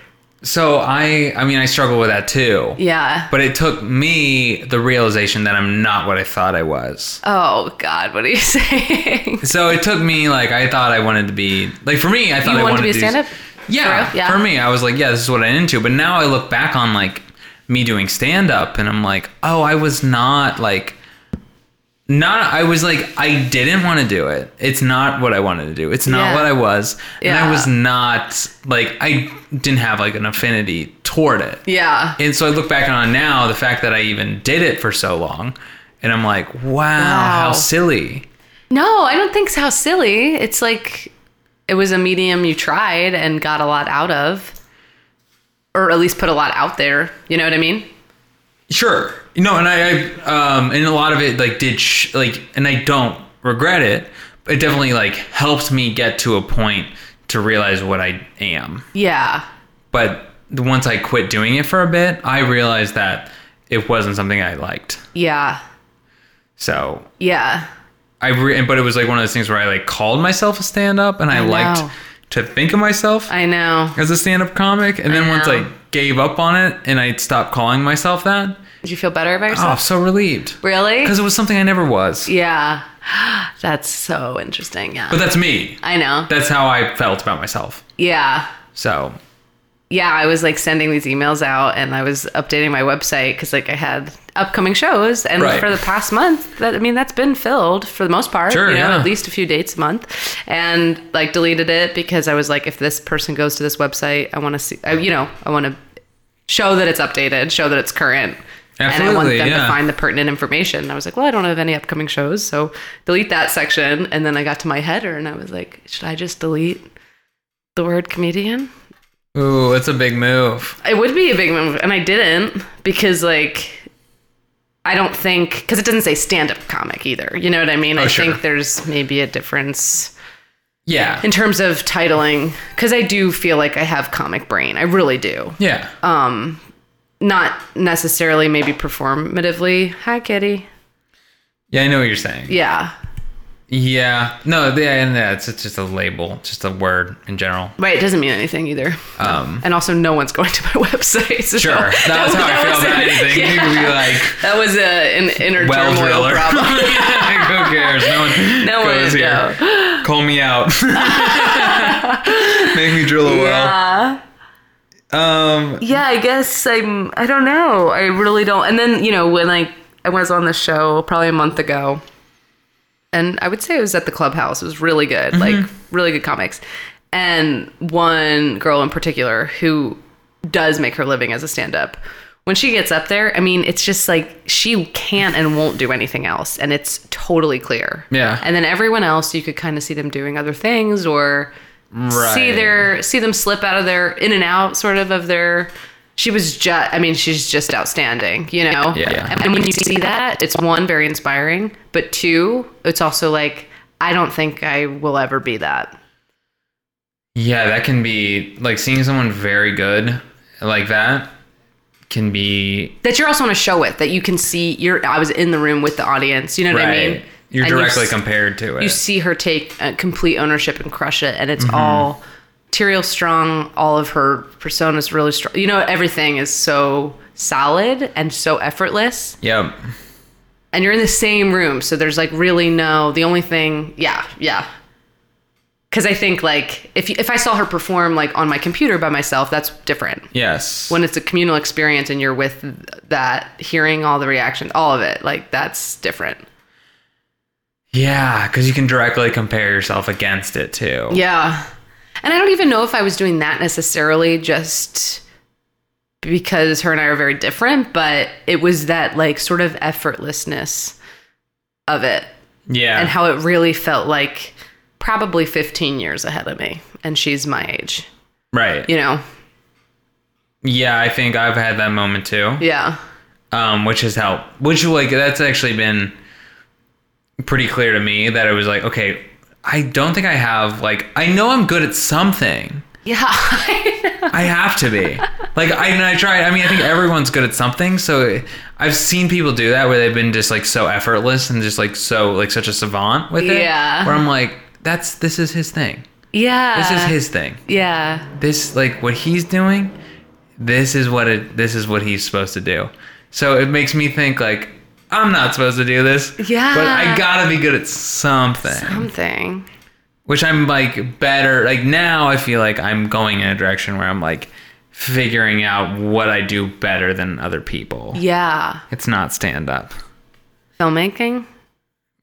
So I I mean I struggle with that too. Yeah. But it took me the realization that I'm not what I thought I was. Oh God, what are you [LAUGHS] saying? So it took me like I thought I wanted to be like for me I thought you I wanted to be a do- stand-up? Yeah, For real? Yeah. For me I was like, yeah, this is what I'm into. But now I look back on like me doing stand up and I'm like, "Oh, I was not like not I was like I didn't want to do it. It's not what I wanted to do. It's not Yeah. what I was. And I Yeah. was not like I didn't have like an affinity toward it. Yeah. And so I look back on it now, the fact that I even did it for so long, and I'm like, wow, how Wow. silly. No, I don't think so. How silly. It's like it was a medium you tried and got a lot out of, or at least put a lot out there. You know what I mean? Sure. No, and I, I um, and a lot of it like did sh- like, and I don't regret it. But it definitely like helped me get to a point to realize what I am. Yeah. But once I quit doing it for a bit, I realized that it wasn't something I liked. Yeah. So Yeah. I, re- but it was like one of those things where I like called myself a stand up, and I, know. liked to think of myself I know. as a stand-up comic and then I once know. i gave up on it and i stopped calling myself that Did you feel better about oh I'm yourself? so relieved really? because it was something i never was Yeah. [GASPS] That's so interesting. Yeah. but that's me I know. that's how i felt about myself yeah. so yeah, I was like sending these emails out and I was updating my website because like I had upcoming shows and Right. for the past month that I mean that's been filled for the most part. Sure, you know, yeah. at least a few dates a month. And like deleted it because I was like, if this person goes to this website, I wanna see I, you know, I wanna show that it's updated, show that it's current. and I want Absolutely, them yeah. to find the pertinent information. And I was like, well, I don't have any upcoming shows, so delete that section. And then I got to my header and I was like, should I just delete the word comedian? ooh that's a big move it would be a big move and i didn't because like i don't think because it doesn't say stand-up comic either you know what i mean i Oh, sure. think there's maybe a difference yeah in terms of titling because i do feel like i have comic brain i really do yeah Um, not necessarily maybe performatively hi kitty yeah i know what you're saying yeah, yeah no yeah and that's it's just a label just a word in general right it doesn't mean anything either um and also no one's going to my [LAUGHS] website so sure [LAUGHS] that's that was- how i that feel was about a- anything you yeah. could be like [LAUGHS] that was a, an inner [LAUGHS] well turmoil driller problem who cares no one [LAUGHS] No one goes would [LAUGHS] here call me out make me drill a well Yeah. Um, yeah, I guess I'm. I don't know. I really don't. And then you know when I I was on the show probably a month ago, and I would say it was at the clubhouse. It was really Mm-hmm. good, like really good comics, and one girl in particular who does make her living as a stand up. When she gets up there, I mean, it's just like she can't and won't do anything else, and it's totally clear. Yeah. And then everyone else, you could kind of see them doing other things or see Right. their see them slip out of their in and out sort of of their she was just i mean she's just outstanding you know Yeah. and, and when you see that it's one very inspiring but two it's also like i don't think i will ever be that yeah, that can be like seeing someone very good like that can be that you're also on a show with that you can see you're i was in the room with the audience you know what i mean You're And you directly s- compared to it. you see her take uh, complete ownership and crush it and it's Mm-hmm. all material strong all of her personas really strong you know everything is so solid and so effortless yep. and you're in the same room so there's like really no the only thing yeah yeah because i think like if, if i saw her perform like on my computer by myself that's different Yes. when it's a communal experience and you're with that hearing all the reactions all of it like that's different yeah, because you can directly compare yourself against it too. Yeah. And I don't even know if I was doing that necessarily just because her and I are very different, but it was that like sort of effortlessness of it Yeah. and how it really felt like probably 15 years ahead of me and she's my age, right. you know. Yeah, I think I've had that moment too. Yeah. um, which has helped. Which like that's actually been pretty clear to me that it was like, okay, I don't think I have like I know I'm good at something. Yeah. [LAUGHS] I have to be. Like I and I try. I mean, I think everyone's good at something. So I've seen people do that where they've been just like so effortless and just like so like such a savant with it. Yeah. Where I'm like, that's this is his thing. yeah. This is his thing. Yeah. This like what he's doing. This is what it. This is what he's supposed to do. So it makes me think like I'm not supposed to do this. Yeah. But I gotta be good at something. Something. Which I'm like better. Like now I feel like I'm going in a direction where I'm like figuring out what I do better than other people. Yeah. It's not stand up. Filmmaking?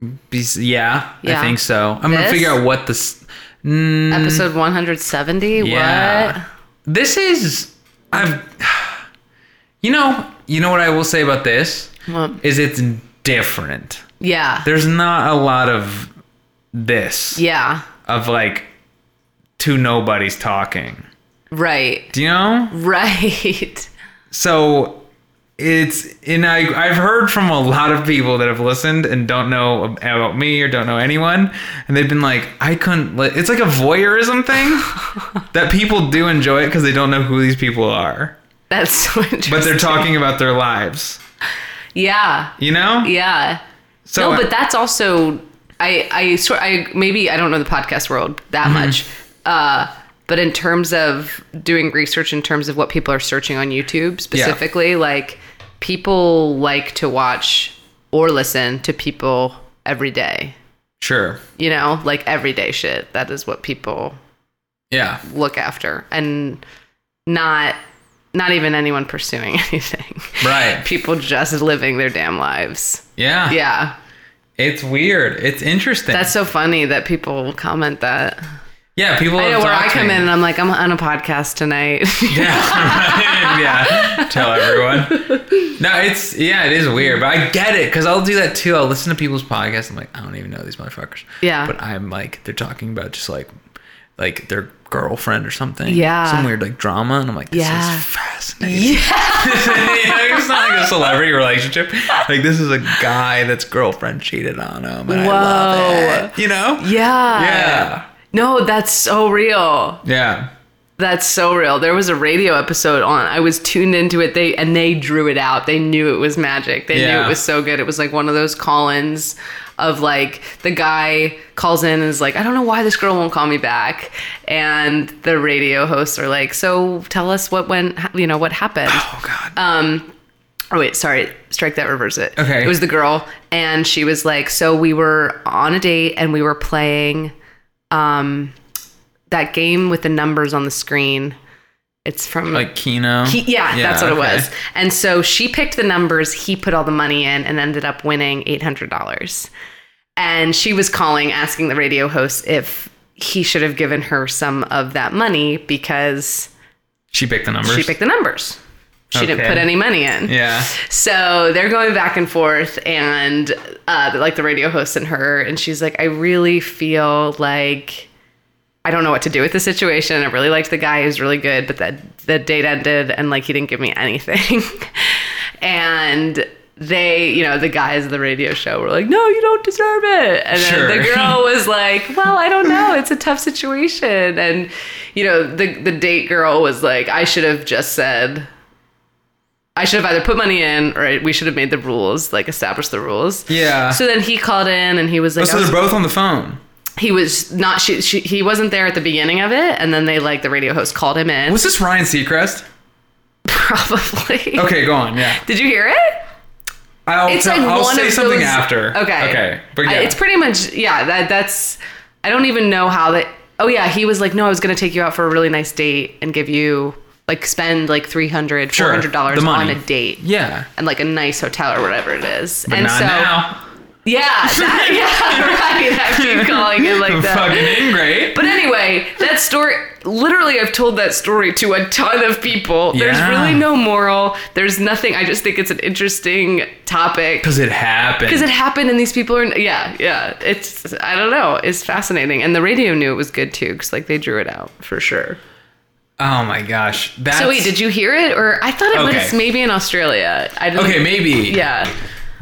Yeah, Yeah. I think so. I'm gonna This? figure out what this. Episode 170? Mm. Yeah. What? This is I've [SIGHS] you know, you know what I will say about this What? is it's different. Yeah. There's not a lot of this Yeah. of like two nobodies talking. Right. [LAUGHS] Do you know? Right. So it's and I I've heard from a lot of people that have listened and don't know about me or don't know anyone and they've been like I couldn't li-. it's like a voyeurism [LAUGHS] thing that people do enjoy it cuz they don't know who these people are. That's so interesting. but they're talking about their lives Yeah. you know Yeah. so no, but that's also I I swear I maybe I don't know the podcast world that much. Uh but in terms of doing research in terms of what people are searching on YouTube specifically, like people like to watch or listen to people every day. sure You know, like everyday shit. That is what people yeah look after and not not even anyone pursuing [LAUGHS] anything. right people just living their damn lives. yeah Yeah. it's weird it's interesting That's so funny that people comment that. yeah people I know love where I talking. come in and I'm like, I'm on a podcast tonight. [LAUGHS] yeah, [LAUGHS] yeah. Tell everyone. No, it's yeah, it is weird, but I get it because I'll do that too. I'll listen to people's podcasts. I'm like, I don't even know these motherfuckers. Yeah. but I'm like, they're talking about just like, like their girlfriend or something. Yeah. some weird like drama, and I'm like, this Yeah. is fascinating. Yeah. [LAUGHS] it's not like a celebrity relationship. Like this is a guy that's girlfriend cheated on him, and I love it. You know? yeah. Yeah. No, that's so real. Yeah. That's so real. There was a radio episode on. I was tuned into it. They and they drew it out. They knew it was magic. They knew Yeah. it was so good. It was like one of those call-ins of like the guy calls in and is like, I don't know why this girl won't call me back. And the radio hosts are like, So tell us what went. You know what happened. Oh God. Um, Oh wait, sorry. Strike that. Reverse it. Okay. It was the girl, and she was like, "So we were on a date, and we were playing, um, that game with the numbers on the screen. It's from Like Kino. He, yeah, that's what it okay. was. And so she picked the numbers, he put all the money in, and ended up winning $800. And she was calling, asking the radio host if he should have given her some of that money because She picked the numbers. she picked the numbers. She didn't Okay. put any money in. Yeah. So they're going back and forth, and uh, like the radio host and her, and she's like, I really feel like I don't know what to do with the situation. I really liked the guy; he was really good, but that the date ended, and like he didn't give me anything. [LAUGHS] and they, you know, the guys of the radio show were like, "No, you don't deserve it," and then the Sure. girl was like, "Well, I don't know. It's a tough situation," and you know, the the date girl was like, "I should have just said." I should have either put money in or we should have made the rules, like established the rules. Yeah. So then he called in and he was Oh, like, so I was- they're both on the phone. he was not, she, she, he wasn't there at the beginning of it. And then they, like, the radio host called him in. Was this Ryan Seacrest? [LAUGHS] probably. Okay, go on. Yeah. Did you hear it? I'll, It's tell- like I'll one say of something those- after. Okay. Okay. But yeah. I- it's pretty much, yeah, that, that's, I don't even know how that, oh yeah, he was like, no, I was going to take you out for a really nice date and give you, like, spend like $300, Sure, $400 the on money. a date. yeah. And like a nice hotel or whatever it is. But and not so, now. [LAUGHS] Yeah, that, yeah, [LAUGHS] right. I keep calling it like Fucking that. ingrate. But anyway, that story, literally, I've told that story to a ton of people. There's Yeah. really no moral. There's nothing. I just think it's an interesting topic. Because it happened. Because it happened and these people are, yeah, yeah. It's, I don't know. It's fascinating. And the radio knew it was good too, because like they drew it out for sure. oh my gosh. That's, so wait, did you hear it? Or I thought it Okay. was maybe in Australia. I didn't, Okay, maybe. Yeah.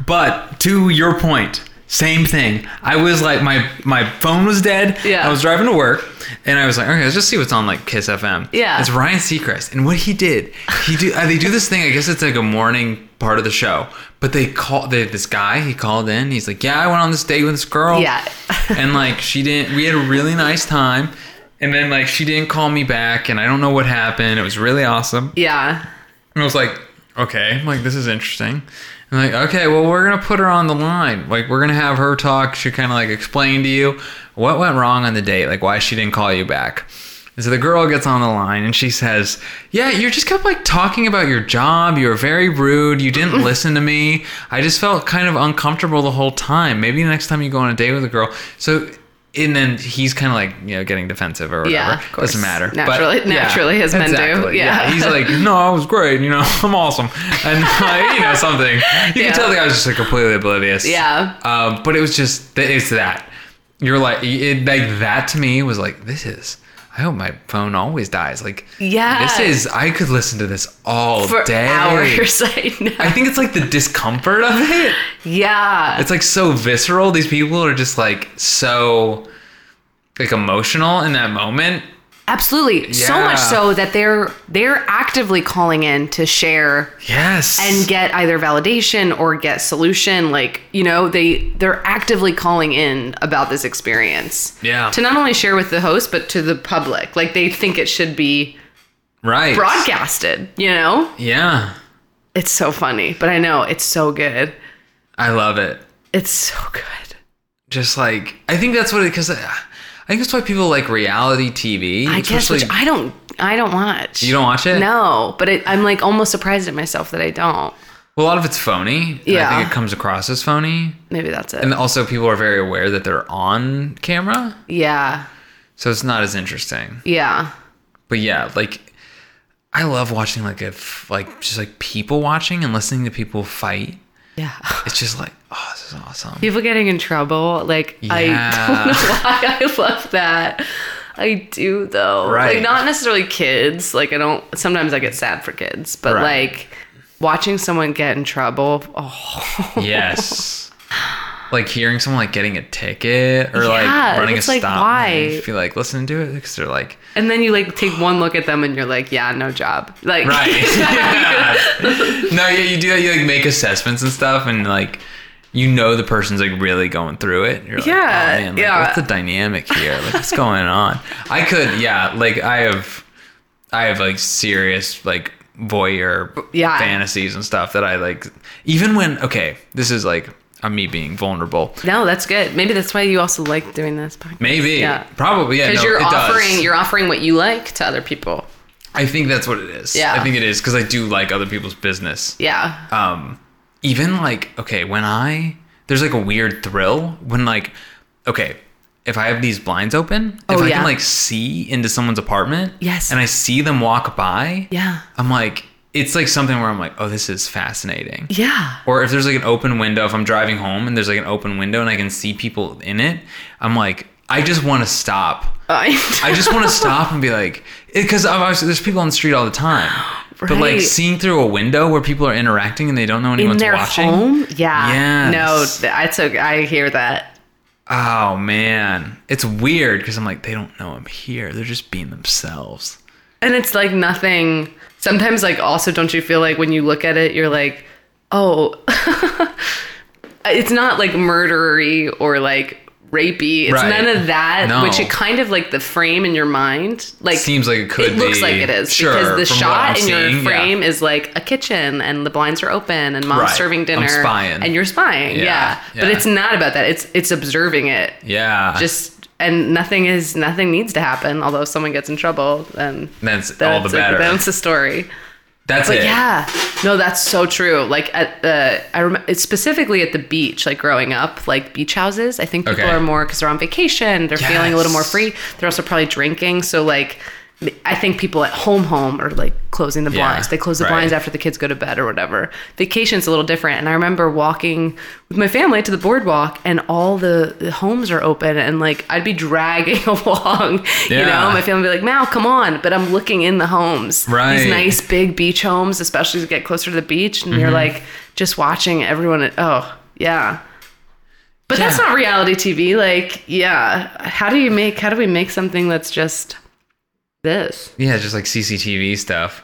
But to your point, same thing. I was like, my my phone was dead. Yeah. I was driving to work, and I was like, okay, let's just see what's on like Kiss FM. Yeah. It's Ryan Seacrest, and what he did, he do uh, they do this thing. I guess it's like a morning part of the show, but they call they, this guy. He called in. He's like, yeah, I went on this date with this girl. Yeah. [LAUGHS] and like she didn't. We had a really nice time. And then like she didn't call me back, and I don't know what happened. It was really awesome. Yeah. And I was like, okay, I'm like this is interesting. And I'm like, okay, well, we're gonna put her on the line. Like, we're gonna have her talk. She kind of like explain to you what went wrong on the date, like why she didn't call you back. And so the girl gets on the line and she says, "Yeah, you just kept like talking about your job. You were very rude. You [LAUGHS] didn't listen to me. I just felt kind of uncomfortable the whole time. Maybe next time you go on a date with a girl." So. And then he's kind of like you know getting defensive or whatever. Yeah, of course. Doesn't matter. But- Naturally- naturally, as men do. exactly. Yeah. yeah. He's like, no, I was great. You know, [LAUGHS] I'm awesome, and like, you know something. You Yeah. can tell the guy was just like completely oblivious. Yeah. Um, but it was just th- it's that you're like it, like that to me was like this is. I hope my phone always dies. Like Yeah. this is. I could listen to this all For day. hours, [LAUGHS] I know. I think it's like the discomfort of it. Yeah. It's like so visceral. These people are just like so like emotional in that moment. Absolutely. So Yeah. much so that they're they're actively calling in to share Yes. and get either validation or get solution like, you know, they they're actively calling in about this experience. Yeah. To not only share with the host but to the public. Like they think it should be right. broadcasted, you know? Yeah. It's so funny, but I know it's so good. I love it. It's so good. Just like I think that's what it because I, I think that's why people like reality TV. I guess which I don't I don't watch. you don't watch it. No, but it, I'm like almost surprised at myself that I don't. Well, a lot of it's phony. and I Yeah. think it comes across as phony, Maybe that's it. and also people are very aware that they're on camera, yeah. so it's not as interesting. Yeah. But yeah, like I love watching like if like just like people watching and listening to people fight. Yeah. [LAUGHS] It's just like oh, this is awesome. People getting in trouble. Like, I Yeah. don't know [LAUGHS] why I love that. I do, though. Like, Right. not necessarily kids. Like, I don't, sometimes I get sad for kids, but Right. like watching someone get in trouble. Oh, [LAUGHS] Yes. Like hearing someone like getting a ticket or Yeah, like running a it's like, stop. sign, why? you feel like listen to it because they're like and then you like take one look at them and you're like, yeah, no job. Like, right. [LAUGHS] yeah. No, yeah, you do that. You like make assessments and stuff, and like you know the person's like really going through it. You're like, Yeah, oh, man, like, yeah. What's the dynamic here? Like what's going on? I could yeah. Like I have, I have like serious like voyeur Yeah. fantasies and stuff that I like. Even when okay, this is like. uh, me being vulnerable. [LAUGHS] no, that's good. Maybe that's why you also like doing this podcast. Maybe. Yeah. Probably. Yeah. Because no, you're it does. offering, you're offering what you like to other people. I think that's what it is. Yeah. I think it is because I do like other people's business. Yeah. Um, even like okay, when I there's like a weird thrill when like okay, if I have these blinds open, Oh, if I yeah. can like see into someone's apartment, Yes. and I see them walk by, Yeah. I'm like it's like something where I'm like, oh, this is fascinating. Yeah. [LAUGHS] Or if there's like an open window, if I'm driving home and there's like an open window and I can see people in it, I'm like, I just want to stop. I just [LAUGHS] want to stop and be like, because obviously there's people on the street all the time, but like Right. seeing through a window where people are interacting and they don't know in anyone's their watching. home. Yeah. Yes. No, th- it's okay. I hear that. Oh man, it's weird because I'm like, they don't know I'm here. They're just being themselves. And it's like nothing. Sometimes, like, also, don't you feel like when you look at it, you're like, oh, [LAUGHS] it's not like murdery or like rapey. It's Right. none of that, No. which it kind of like the frame in your mind. Like, Seems like it could It looks be. like it is Sure, because the from what I'm shot in your seeing, yeah. frame is like a kitchen and the blinds are open and mom's Right. serving I'm dinner spying. and you're spying. Yeah, Yeah. yeah. But it's not about that. It's it's observing it. Yeah, Just and nothing is nothing needs to happen. Although if someone gets in trouble, then that's, all that's the like- better. then it's a story. that's But it. yeah, no, that's so true. Like at the, I remember specifically at the beach. Like growing up, like beach houses. I think people Okay. are more because they're on vacation. They're feeling a little more Yes. free. They're also probably drinking. So like, I think people at home, home are like closing the Yeah, blinds. They close the right. blinds after the kids go to bed or whatever. Vacation's a little different. And I remember walking with my family to the boardwalk, and all the, the homes are open, and like I'd be dragging [LAUGHS] along. You Yeah. know, my family would be like, "Mal, come on!" But I'm looking in the homes. Right. These nice big beach homes, especially to get closer to the beach, and you're Mm-hmm. like just watching everyone. At, oh, yeah. But that's Yeah. not reality TV. Like, yeah. How do you make? How do we make something that's just this? Yeah, just like CCTV stuff.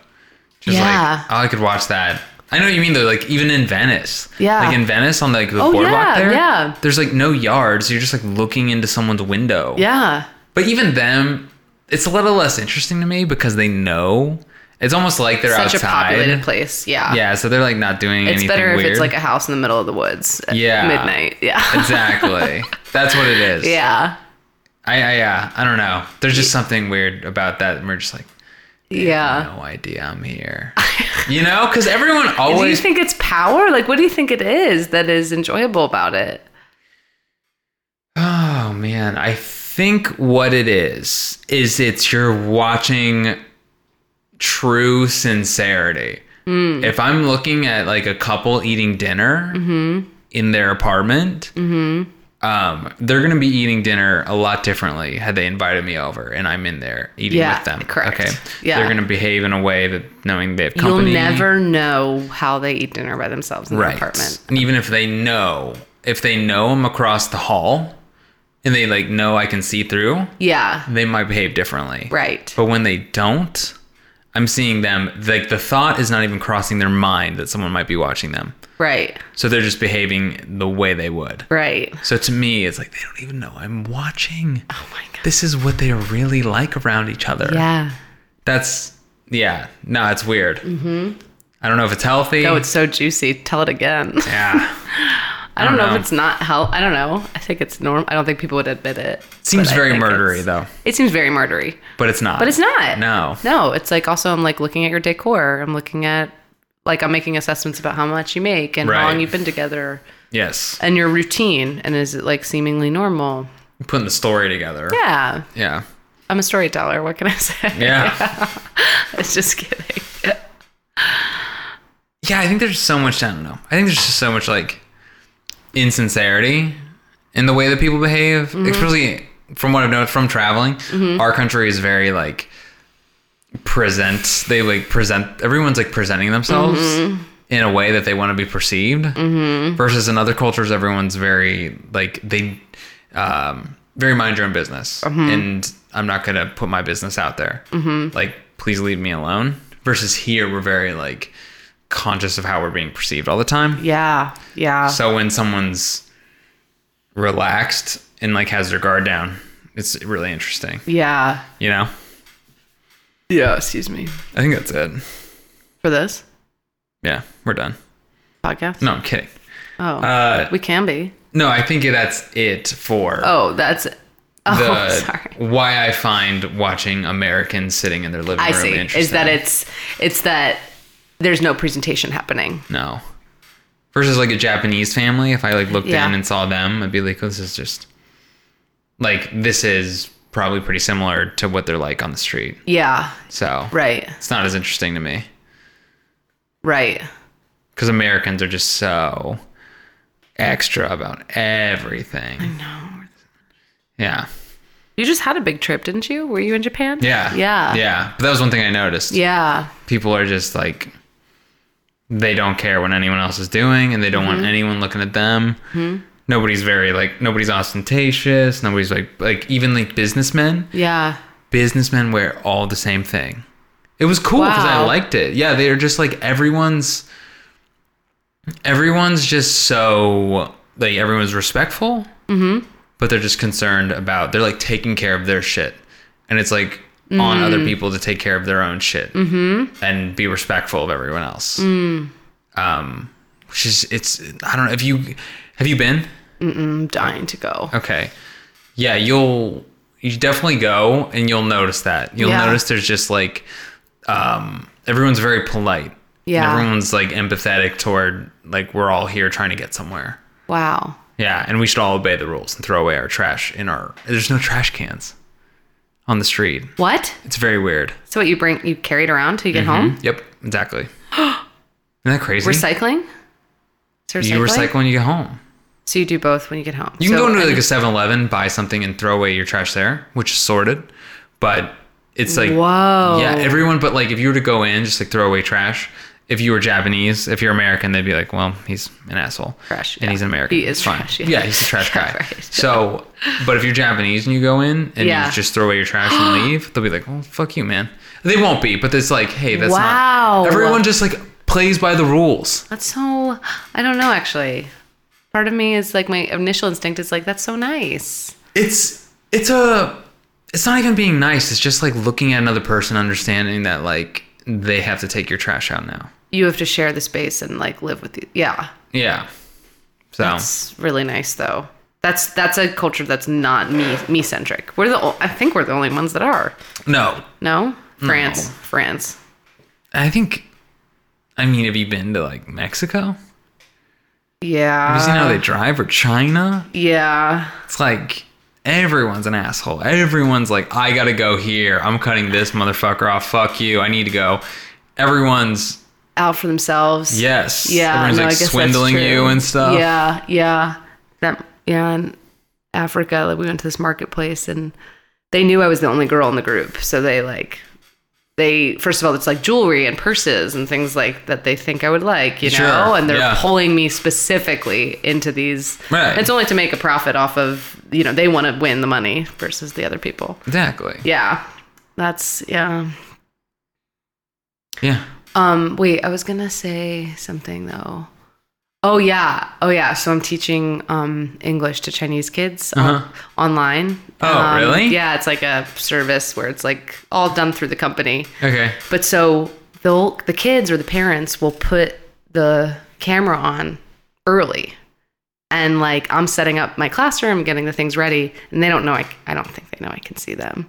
Just Yeah. like, oh, I could watch that. I know what you mean though, like even in Venice. Yeah. Like in Venice on like the Oh, boardwalk yeah, there. yeah. There's like no yards. You're just like looking into someone's window. Yeah. But even them, it's a little less interesting to me because they know. It's almost like they're Such outside. a populated place. Yeah. Yeah, so they're like not doing It's anything better if weird. it's like a house in the middle of the woods at Yeah. midnight. [LAUGHS] Yeah. exactly. That's what it is. yeah. I, I yeah. I don't know. There's just something weird about that. And we're just like, Yeah. no idea I'm here. you know, because everyone Do you always think it's power? Like, what do you think it is that is enjoyable about it? Oh man, I think what it is is it's you're watching true sincerity. Hmm. If I'm looking at like a couple eating dinner Mm-hmm. in their apartment, um, they're gonna be eating dinner a lot differently had they invited me over and I'm in there eating Yeah, with them. correct. Okay. Yeah. They're gonna behave in a way that knowing they have company. You'll never know how they eat dinner by themselves in right. the apartment. And even if they know, if they know I'm across the hall and they like know I can see through, Yeah. they might behave differently. Right. But when they don't, I'm seeing them like the thought is not even crossing their mind that someone might be watching them. Right. So they're just behaving the way they would. Right. So to me, it's like they don't even know I'm watching. Oh my god. This is what they're really like around each other. Yeah. That's yeah. No, it's weird. Mm-hmm. I don't know if it's healthy. Oh, it's so juicy. Tell it again. yeah. [LAUGHS] I don't don't know know. if it's not how I don't know. I think it's normal. I don't think people would admit it. Seems but I very think murdery it's- though, It seems very murdery. but it's not. But it's not. No. No, it's like also I'm like looking at your decor. I'm looking at like I'm making assessments about how much you make and Right. how long you've been together Yes. and your routine and is it like seemingly normal? Putting the story together. Yeah. Yeah. I'm a storyteller. What can I [LAUGHS] say? Yeah. I was [LAUGHS] just kidding. yeah, I think there's so much. I don't know. I think there's just so much like insincerity in the way that people behave, Mm-hmm. especially from what I've noticed from traveling. Our country is very like present. They like present. Everyone's like presenting themselves Mm-hmm. in a way that they want to be perceived. Versus in other cultures, everyone's very like they um, very mind your own business, Mm-hmm. and I'm not gonna put my business out there. Like, please leave me alone. Versus here, we're very like conscious of how we're being perceived all the time. Yeah. Yeah. So when someone's relaxed and like has their guard down, it's really interesting. yeah. You know, Yeah, excuse me. I think that's it. For this Yeah, we're done. podcast? No, I'm kidding. Oh. Uh, we can be. [LAUGHS] no, I think that's it for [LAUGHS] Oh, that's Oh, the sorry. why I find watching Americans sitting in their living I room see. interesting. Is that it's it's that there's no presentation happening. No. Versus like a Japanese family, if I like looked Yeah. in and saw them, I'd be like, "Oh, this is just like this is probably pretty similar to what they're like on the street. Yeah. So Right. it's not as interesting to me Right. because Americans are just so extra about everything. I know. Yeah. You just had a big trip, didn't you? Were you in Japan? Yeah. Yeah. Yeah. But that was one thing I noticed. Yeah. people are just like they don't care what anyone else is doing and they don't want anyone looking at them nobody's very like nobody's ostentatious nobody's like like even like businessmen Yeah. businessmen wear all the same thing it was cool because i Wow. liked it yeah they're just like everyone's everyone's just so like everyone's respectful mm-hmm. but they're just concerned about they're like taking care of their shit and it's like on other people to take care of their own shit and be respectful of everyone else. Um, which is it's I don't know if you have you been I'm dying to go. okay, yeah you'll you definitely go and you'll notice that you'll Yeah. notice there's just like um everyone's very polite And Yeah. everyone's like empathetic toward like we're all here trying to get somewhere Wow. yeah and we should all obey the rules and throw away our trash in our there's no trash cans on the street What? it's very weird So what you bring you carry it around till you get home? yep exactly [GASPS] isn't that crazy Recycling? Is there You recycle when you get home. So you do both when you get home. You can So- go into like a 7 Eleven, buy something, and throw away your trash there, which is sorted. But it's like, Whoa. yeah, everyone, but like if you were to go in, just like throw away trash, if you were Japanese, if you're American, they'd be like, well, he's an asshole. Trash, And yeah. he's an American. He is It's fine. trash, yeah. Yeah. he's a trash guy. [LAUGHS] Yeah, right. So, but if you're Japanese and you go in and Yeah. you just throw away your trash [GASPS] and leave, they'll be like, well, fuck you, man. They won't be, but it's like, hey, that's Wow. not. Everyone just like plays by the rules. That's so. I don't know actually. Part of me is like my initial instinct is like that's so nice. it's it's a it's not even being nice it's just like looking at another person understanding that like they have to take your trash out now You have to share the space and like live with you. Yeah, yeah so it's really nice though. That's that's a culture that's not me me centric. We're the ol- I think we're the only ones that are. no No, France, France. i think i mean have you been to like mexico Yeah, have you seen Uh, how they drive or china yeah, it's like everyone's an asshole everyone's like i gotta go here i'm cutting this motherfucker off fuck you i need to go everyone's out for themselves. yes yeah. everyone's no, I like guess that's swindling you true. and stuff Yeah, yeah. That yeah. In Africa, like we went to this marketplace and they knew I was the only girl in the group, so they like they first of all it's like jewelry and purses and things like that they think I would like, you Sure, know, and they're yeah. pulling me specifically into these. Right. It's only to make a profit off of you know they want to win the money versus the other people. exactly Yeah, that's yeah. yeah Um, wait, I was gonna say something though. Oh yeah, oh yeah. So I'm teaching um English to Chinese kids on- Uh-huh. online. Oh, Um, really? Yeah, it's like a service where it's like all done through the company. okay But so they'll the kids or the parents will put the camera on early. And like I'm setting up my classroom, getting the things ready, and they don't know I I don't think they know I can see them.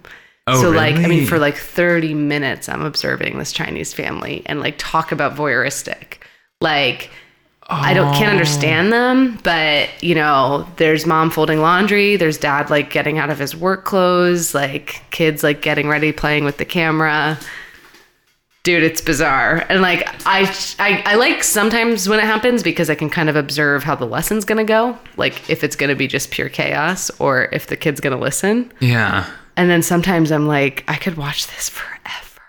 Oh, so like I really? mean for like 30 minutes I'm observing this Chinese family and like talk about voyeuristic. Like I don't Oh. can't understand them, but you know, there's mom folding laundry, there's dad like getting out of his work clothes, like kids like getting ready playing with the camera. Dude, it's bizarre. And like I I I like sometimes when it happens because I can kind of observe how the lesson's going to go, like if it's going to be just pure chaos or if the kid's going to listen. yeah And then sometimes I'm like I could watch this forever.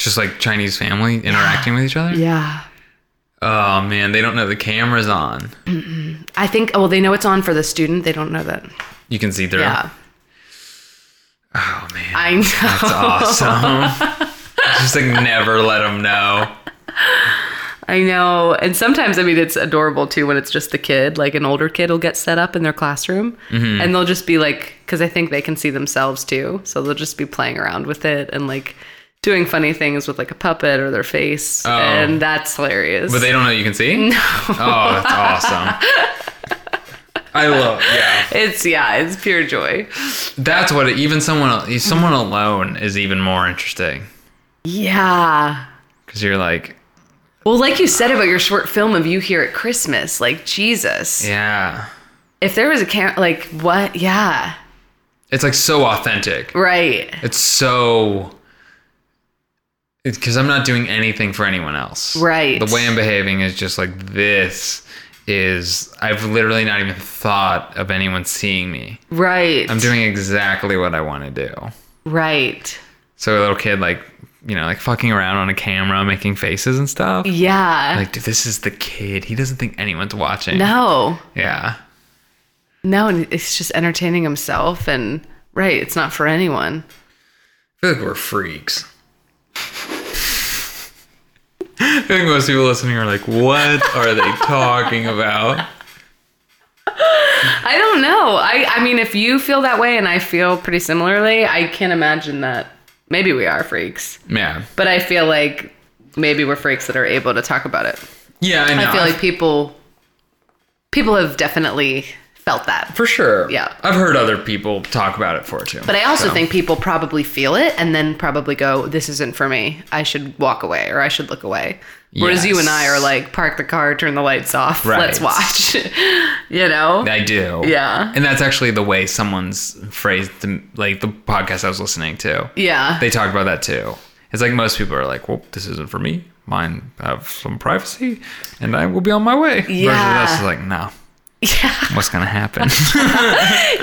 just like Chinese family interacting with each other. Yeah. Oh man, they don't know the camera's on. I think oh, well they know it's on for the student, they don't know that. You can see through. Yeah. Oh man, I know. that's awesome. just like never let them know. [LAUGHS] I know. And sometimes, I mean, it's adorable too when it's just the kid, like an older kid will get set up in their classroom Mm-hmm. and they'll just be like, because I think they can see themselves too. So they'll just be playing around with it and like doing funny things with like a puppet or their face. Oh. And that's hilarious. But they don't know you can see. No. Oh, that's awesome. I love. Yeah. It's yeah, it's pure joy. That's what it, even someone al- someone alone is even more interesting Yeah. because you're like, Well, like you said about your short film of you here at Christmas, like Jesus. yeah, If there was a camp, like what? Yeah. it's like so authentic. Right. It's so because I'm not doing anything for anyone else. Right. The way I'm behaving is just like this is I've literally not even thought of anyone seeing me. Right. I'm doing exactly what I want to do. Right. So a little kid like you know like fucking around on a camera making faces and stuff. Yeah. Like dude, this is the kid. He doesn't think anyone's watching. no. Yeah. No, and it's just entertaining himself and right, it's not for anyone. I feel like we're freaks. I think most people listening are like, what are [LAUGHS] they talking about? I don't know. I I mean if you feel that way and I feel pretty similarly, I can imagine that maybe we are freaks. Yeah. But I feel like maybe we're freaks that are able to talk about it. Yeah, I know. I feel like people people have definitely felt that. for sure. Yeah. I've heard other people talk about it for too. But I also so. think people probably feel it and then probably go, This isn't for me. I should walk away or I should look away. Whereas you and I Yes. are like, park the car, turn the lights off, Right. let's watch. [LAUGHS] you know? I do. Yeah. And that's actually the way someone's phrased the, like the podcast I was listening to. yeah. They talked about that too. It's like most people are like, well, this isn't for me. Mine have some privacy and I will be on my way. Yeah. Versus us is like, no. [LAUGHS] yeah. What's going to happen? [LAUGHS]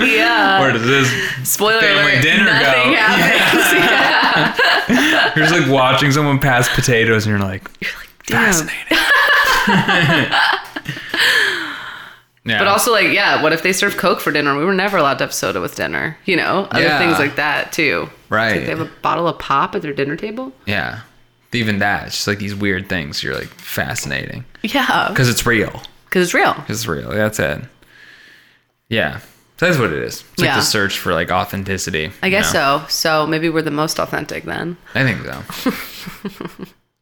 [LAUGHS] Yeah. Where does this Spoiler family alert. dinner nothing go? happens. Yeah. You're just like watching someone pass potatoes and you're like, Damn. [LAUGHS] fascinating. [LAUGHS] yeah. But also, like, yeah, what if they serve Coke for dinner? We were never allowed to have soda with dinner, you know? Other Yeah. things like that, too. Right. Like they have a bottle of pop at their dinner table? yeah. Even that. It's just like these weird things. You're like, fascinating. Yeah. [LAUGHS] Because it's real. Because it's real. It's real. That's it. Yeah. So that's what it is. It's like Yeah. the search for like authenticity. I guess so. So maybe we're the most authentic then. I think so. [LAUGHS]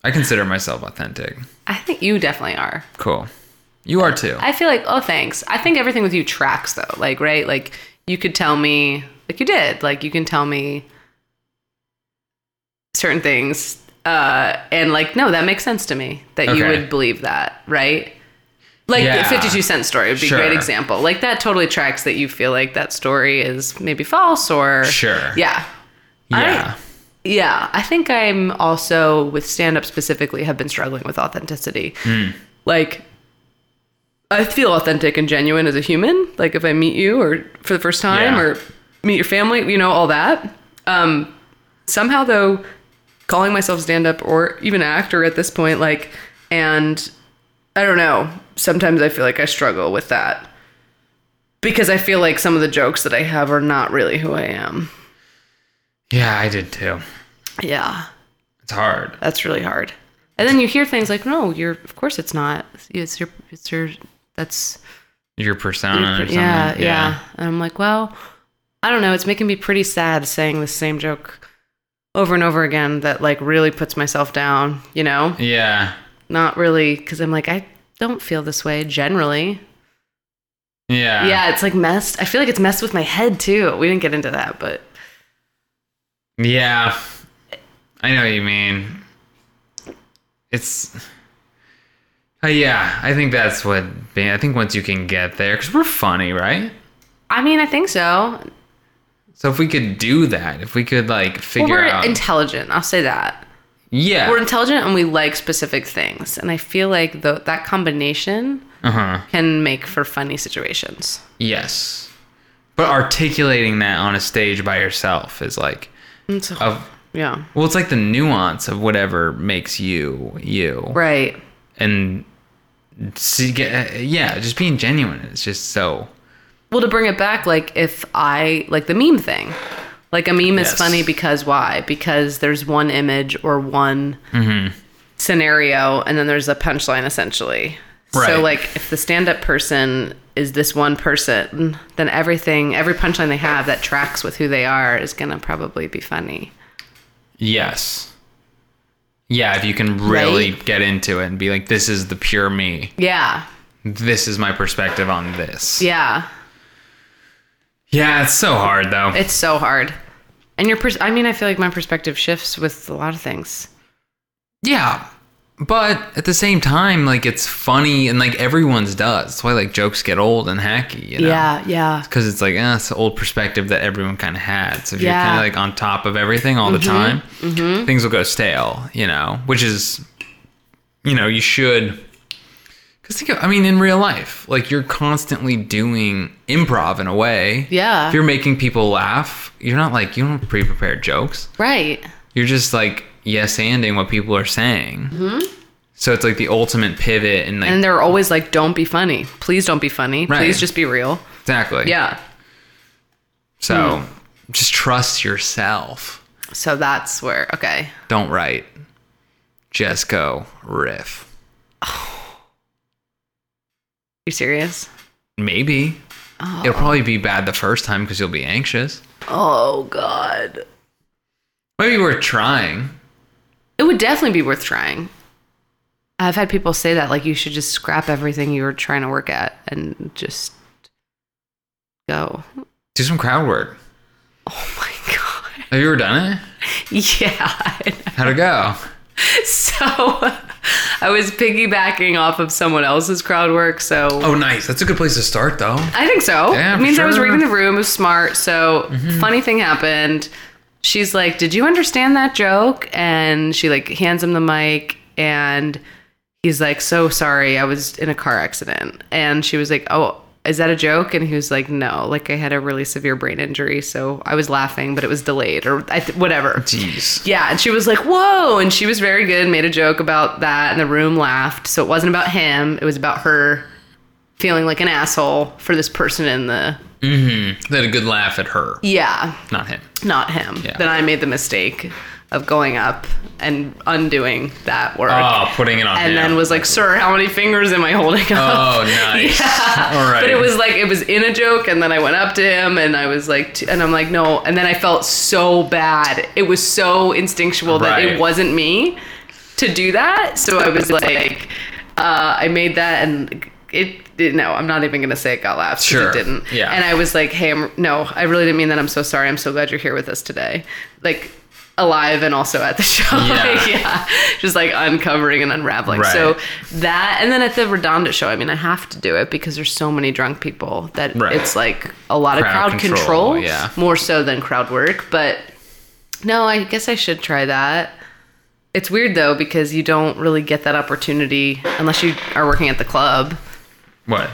I consider myself authentic. I think you definitely are. Cool. You are too. I feel like, oh, thanks. I think everything with you tracks though. Like, right? Like, you could tell me, like you did, like, you can tell me certain things. Uh, and like, no, that makes sense to me that you Okay. would believe that, right? Like Yeah. the 52 Cent story would be a Sure. great example. Like, that totally tracks that you feel like that story is maybe false or. Sure. Yeah. I- yeah. Yeah, I think I'm also with stand up specifically have been struggling with authenticity. Like I feel authentic and genuine as a human, like if I meet you or for the first time Yeah. or meet your family, you know, all that. Um somehow though calling myself stand up or even actor at this point like and I don't know, sometimes I feel like I struggle with that. Because I feel like some of the jokes that I have are not really who I am. yeah, I did too. Yeah. It's hard. That's really hard. And then you hear things like, "No, you're of course it's not. It's your it's your that's Your persona or yeah, something. yeah And I'm like, well, I don't know. It's making me pretty sad saying the same joke over and over again. That like really puts myself down. You know, Yeah. not really because I'm like I don't feel this way generally. Yeah. yeah, it's like messed. I feel like it's messed with my head too. We didn't get into that, but Yeah. I know what you mean. It's. Uh, yeah, I think that's what. Being, I think once you can get there, because we're funny, right? I mean, I think so. So if we could do that, if we could like Well, figure we're out. intelligent. I'll say that. yeah. we're intelligent and we like specific things and i feel like the, that combination uh huh. can make for funny situations Yes. But articulating that on a stage by yourself is like. It's a- Of, yeah well, it's like the nuance of whatever makes you you. right And. See, get, yeah, just being genuine is just so. well to bring it back like if i like the meme thing like a meme is Yes. funny because why because there's one image or one Mm-hmm. scenario and then there's a punchline essentially so Right. like if the stand-up person is this one person then everything every punchline they have that tracks with who they are is gonna probably be funny Yes. Yeah, if you can really Right? get into it and be like, this is the pure me. yeah This is my perspective on this. yeah Yeah, it's so hard though. It's so hard. And your pers- I mean, I feel like my perspective shifts with a lot of things. Yeah. But at the same time, like it's funny and like everyone's does. That's why like jokes get old and hacky, you know? yeah. Because it's like, eh, it's an old perspective that everyone kind of had. So if Yeah. Mm-hmm. you're kind of like on top of everything all the time, things will go stale, you know? Which is, you know, you should. Because think of, I mean, in real life, like you're constantly doing improv in a way. Yeah. If you're making people laugh, you're not like, you don't pre prepare jokes Right. you're just like yes anding what people are saying. Mm-hmm. So it's like the ultimate pivot and like And they're always like, don't be funny. Please don't be funny. Right. Please just be real. exactly. Yeah. Mm-hmm. So just trust yourself. So that's where, okay. Don't write. Just go riff. You serious? Maybe. It'll probably be bad the first time because you'll be anxious. Oh, God. Maybe we're trying. It would definitely be worth trying. I've had people say that, like, you should just scrap everything you were trying to work at and just go. [LAUGHS] Do some crowd work. Oh, my God. [LAUGHS] Have you ever done it? Yeah. How'd it [LAUGHS] go? So [LAUGHS] I was piggybacking off of someone else's crowd work. So Oh, nice. That's a good place to start, though. I think so. Yeah, it for means I was sure. Mm-hmm. reading the room. It was smart. So funny thing happened. She's like, "Did you understand that joke?" And she like hands him the mic, and he's like, "So sorry, I was in a car accident." And she was like, "Oh." Is that a joke? And he was like, "No, like I had a really severe brain injury, so I was laughing, but it was delayed or I th- whatever." Jeez. Yeah, and she was like, "Whoa!" And she was very good. Made a joke about that, and the room laughed. So it wasn't about him; it was about her feeling like an asshole for this person in the They had a good laugh at her, yeah, not him. not him. Yeah. That I made the mistake of going up and undoing that work, Oh, putting it on and him. then was like, "Sir, how many fingers am I holding up?" [LAUGHS] Oh, nice. All right. But it was like it was in a joke, and then I went up to him, and I was like, t- and I'm like, no, and then I felt so bad. It was so instinctual that Right. it wasn't me to do that. So I was like, uh, I made that, and it, it- no, I'm not even gonna say it got laughs. 'cause Sure. it didn't. Yeah. And I was like, hey, I'm, no, I really didn't mean that. I'm so sorry. I'm so glad you're here with us today. Like. Alive and also at the [LAUGHS] show, Yeah. yeah, just like uncovering and unraveling. Right. So that and then at the Redondo show, I mean, I have to do it because there's so many drunk people that Right. it's like a lot of Crowd crowd control, control, yeah. more so than crowd work. But no, I guess I should try that. It's weird though because you don't really get that opportunity unless you are working at the club. what?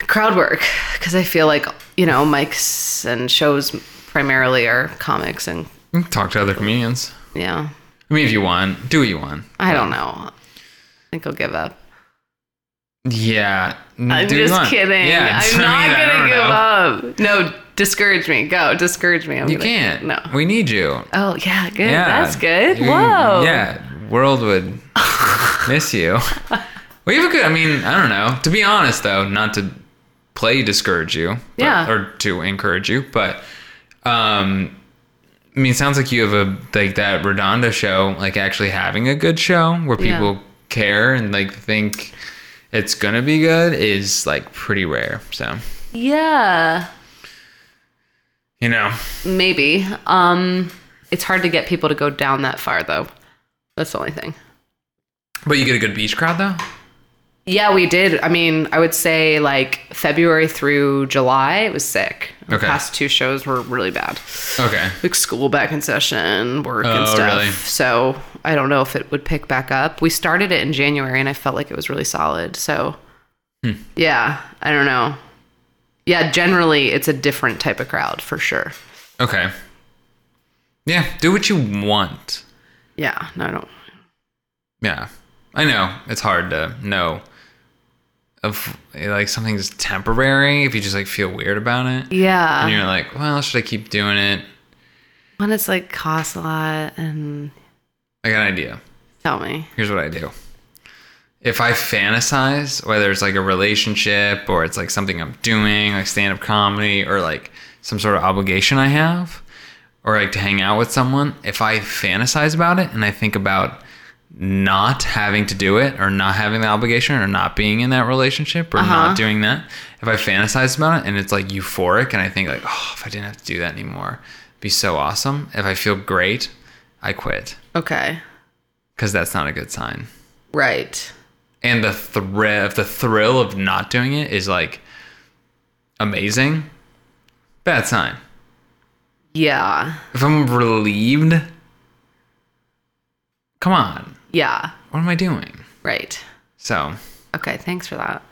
Crowd work because I feel like you know mics and shows primarily are comics and You can Talk to other comedians. yeah. I mean, if you want, do what you want. I don't know. I think I'll give up. Yeah. I'm just kidding. [LAUGHS] I'm not gonna give up. No, discourage me. Go, discourage me. I'm You gonna- can't. No. We need you. Oh yeah, good. Yeah. That's good. You- Whoa. Yeah. World [LAUGHS] would miss you. We have a good, I mean, I don't know. To be honest, though, not to play discourage you, but- Yeah. or to encourage you, but, um, I mean, it sounds like you have a, like that Redonda show, like actually having a good show where Yeah. people care and like think it's going to be good is like pretty rare. So, Yeah. you know, Maybe. Um, it's hard to get people to go down that far though. That's the only thing. but you get a good beach crowd though? Yeah, we did. I mean, I would say like February through July, it was sick. The Okay. past two shows were really bad. Okay. like school back in session, work Oh, and stuff. really? So I don't know if it would pick back up. We started it in January and I felt like it was really solid. So Hmm. yeah, I don't know. Yeah, generally it's a different type of crowd for sure. Okay. Yeah, do what you want. Yeah, no, I don't. Yeah. I know. It's hard to know if like something's temporary if you just like feel weird about it. And Yeah, you're like, well, should I keep doing it? when it's like costs a lot and I got an idea. tell me. Here's what I do. If I fantasize, whether it's like a relationship or it's like something I'm doing, like stand up comedy or like some sort of obligation I have, or like to hang out with someone, if I fantasize about it and I think about not having to do it or not having the obligation or not being in that relationship or not doing that, if I fantasize about it and it's like euphoric and I think like, oh, if I didn't have to do that anymore, it'd be so awesome. If I feel great, I quit Okay. because that's not a good sign. Right. And the thrill, the thrill of not doing it is like amazing. Bad sign. Yeah. If I'm relieved, come on, Yeah. what am I doing? Right. So Okay. Thanks for that.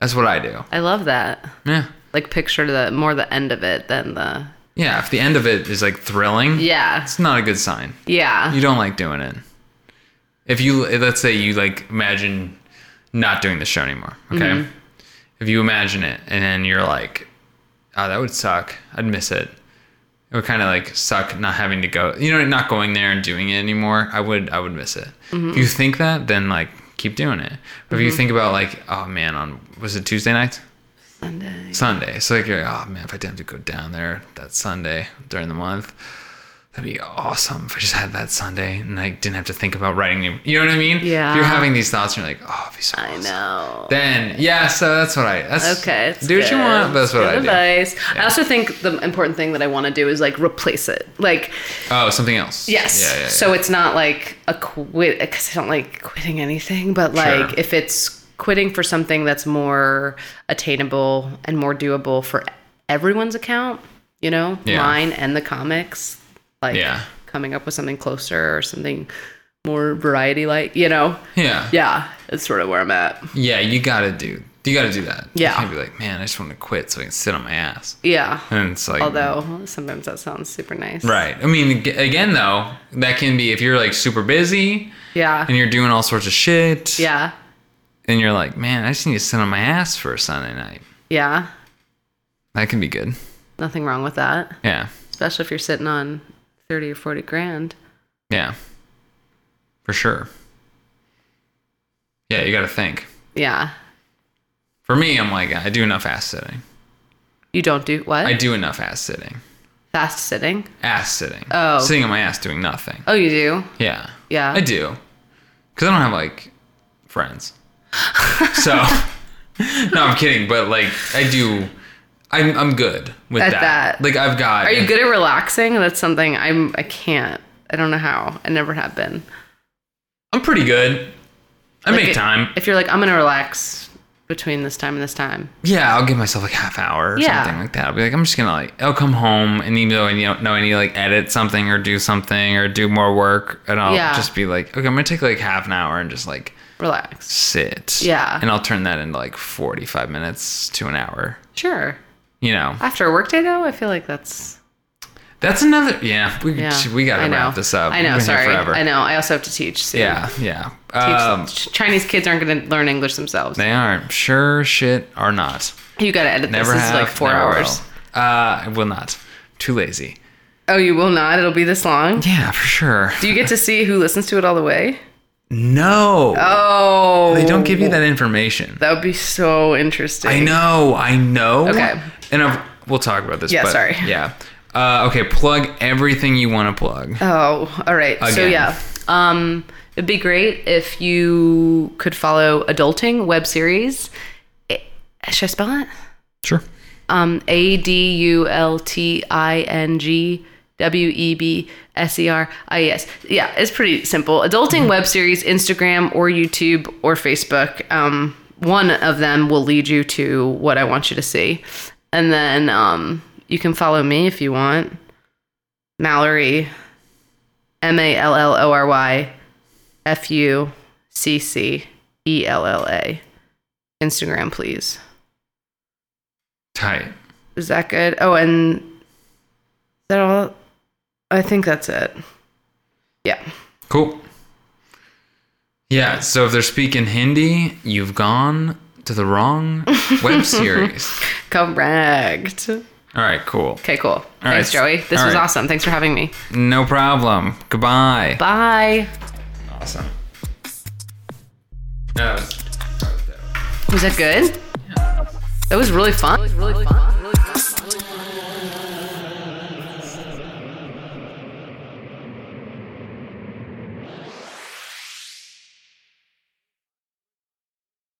that's what I do. I love that. Yeah. Like picture the more the end of it than the Yeah, if the end of it is like thrilling, yeah it's not a good sign. yeah You don't like doing it. If you let's say you like imagine not doing the show anymore, okay? If you imagine it and then you're like, "Oh, that would suck. I'd miss it." It would kind of like suck not having to go, you know, not going there and doing it anymore. I would, I would miss it. If you think that, then like keep doing it. But if you think about like, oh man, on was it Tuesday night? Sunday. Sunday. So like you're like, oh man, if I didn't have to go down there that Sunday during the month, that'd be awesome. If I just had that Sunday and I didn't have to think about writing new you know what I mean? Yeah. You're having these thoughts and you're like, oh it'd be so I awesome. know. Then yeah, so that's what I that's Okay. it's do what you good. want, but that's what Good I do. advice. I also think the important thing that I want to do is like replace it. Like Oh, something else. yes. Yeah, yeah, yeah. So it's not like a quit because I don't like quitting anything, but like Sure. if it's quitting for something that's more attainable and more doable for everyone's account, you know, Yeah. mine and the comics, like Yeah. coming up with something closer or something more variety like, you know. yeah. yeah. Yeah, that's sort of where I'm at. Yeah, you gotta do you gotta do that. Yeah. You can't be like, man, I just want to quit so I can sit on my ass. Yeah. And it's like Although sometimes that sounds super nice. Right. I mean, ag- again, though, that can be if you're like super busy Yeah. and you're doing all sorts of shit. Yeah. and you're like, man, I just need to sit on my ass for a Sunday night. Yeah. That can be good. Nothing wrong with that. Yeah. Especially if you're sitting on 30 or 40 grand. Yeah. For sure. Yeah, you got to think. Yeah. For me, I'm like, I do enough ass sitting. You don't do what? I do enough ass sitting. Fast sitting. Ass sitting. Oh. Sitting on my ass doing nothing. Oh, you do? Yeah. Yeah. I do. Because I don't have like friends. [LAUGHS] so, [LAUGHS] no, I'm kidding. But like, I do, I'm, I'm good with At that. that. Like, I've got. Are you good at relaxing? That's something I'm I can't. I don't know how. I never have been. I'm pretty good. I Like, make it- time. If you're like I'm going to relax between this time and this time. Yeah, I'll give myself like half hour or Yeah. something like that. I'll be like, I'm just gonna like, I'll come home and even though I don't know I need to like edit something or do something or do more work, and I'll Yeah. just be like, okay, I'm gonna take like half an hour and just like Relax. sit. Yeah. and I'll turn that into like 45 minutes to an hour. Sure. You know, After a workday though, I feel like that's that's another. Yeah, we yeah. we gotta I know. wrap this up. I know, We've been here sorry. forever. I know. I also have to teach soon. Yeah, yeah. Teach- Um, Ch- Chinese kids aren't going to learn English themselves. they aren't sure shit are not. You got to edit Never this. have. This is like four never hours. will. Uh, I will not. Too lazy. Oh, you will not. It'll be [LAUGHS] this long. Yeah, for sure. Do you get to see who listens to it all the way? [LAUGHS] No. Oh, They don't give you that information. That would be so interesting. I know, I know. Okay. And I've, we'll talk about this. Yeah, but- sorry. Yeah. Uh, okay, plug everything you want to plug. Oh, all right. So Again. yeah, um, it'd be great if you could follow Adulting web series. Eh, Should I spell it? Sure. um, A D U L T I N G W E B S E R I E S. Yeah, it's pretty simple. Adulting web series, Instagram or YouTube or Facebook. Um, one of them will lead you to what I want you to see. And then um, you can follow me if you want. Mallory, M A L L O R Y F U C C E L L A. Instagram, please. Tight. Is that good? Oh, and is that all? I think that's it. Yeah. Cool. Yeah, so if they're speaking Hindi, you've gone to the [LAUGHS] wrong web series. Correct. Okay, All right, cool. cool. Thanks, right. Joey. This All was right. awesome. Thanks for having me. No problem. Goodbye. Bye. Awesome. No, that was- that was dope. Was that good? That was really fun. That was really fun.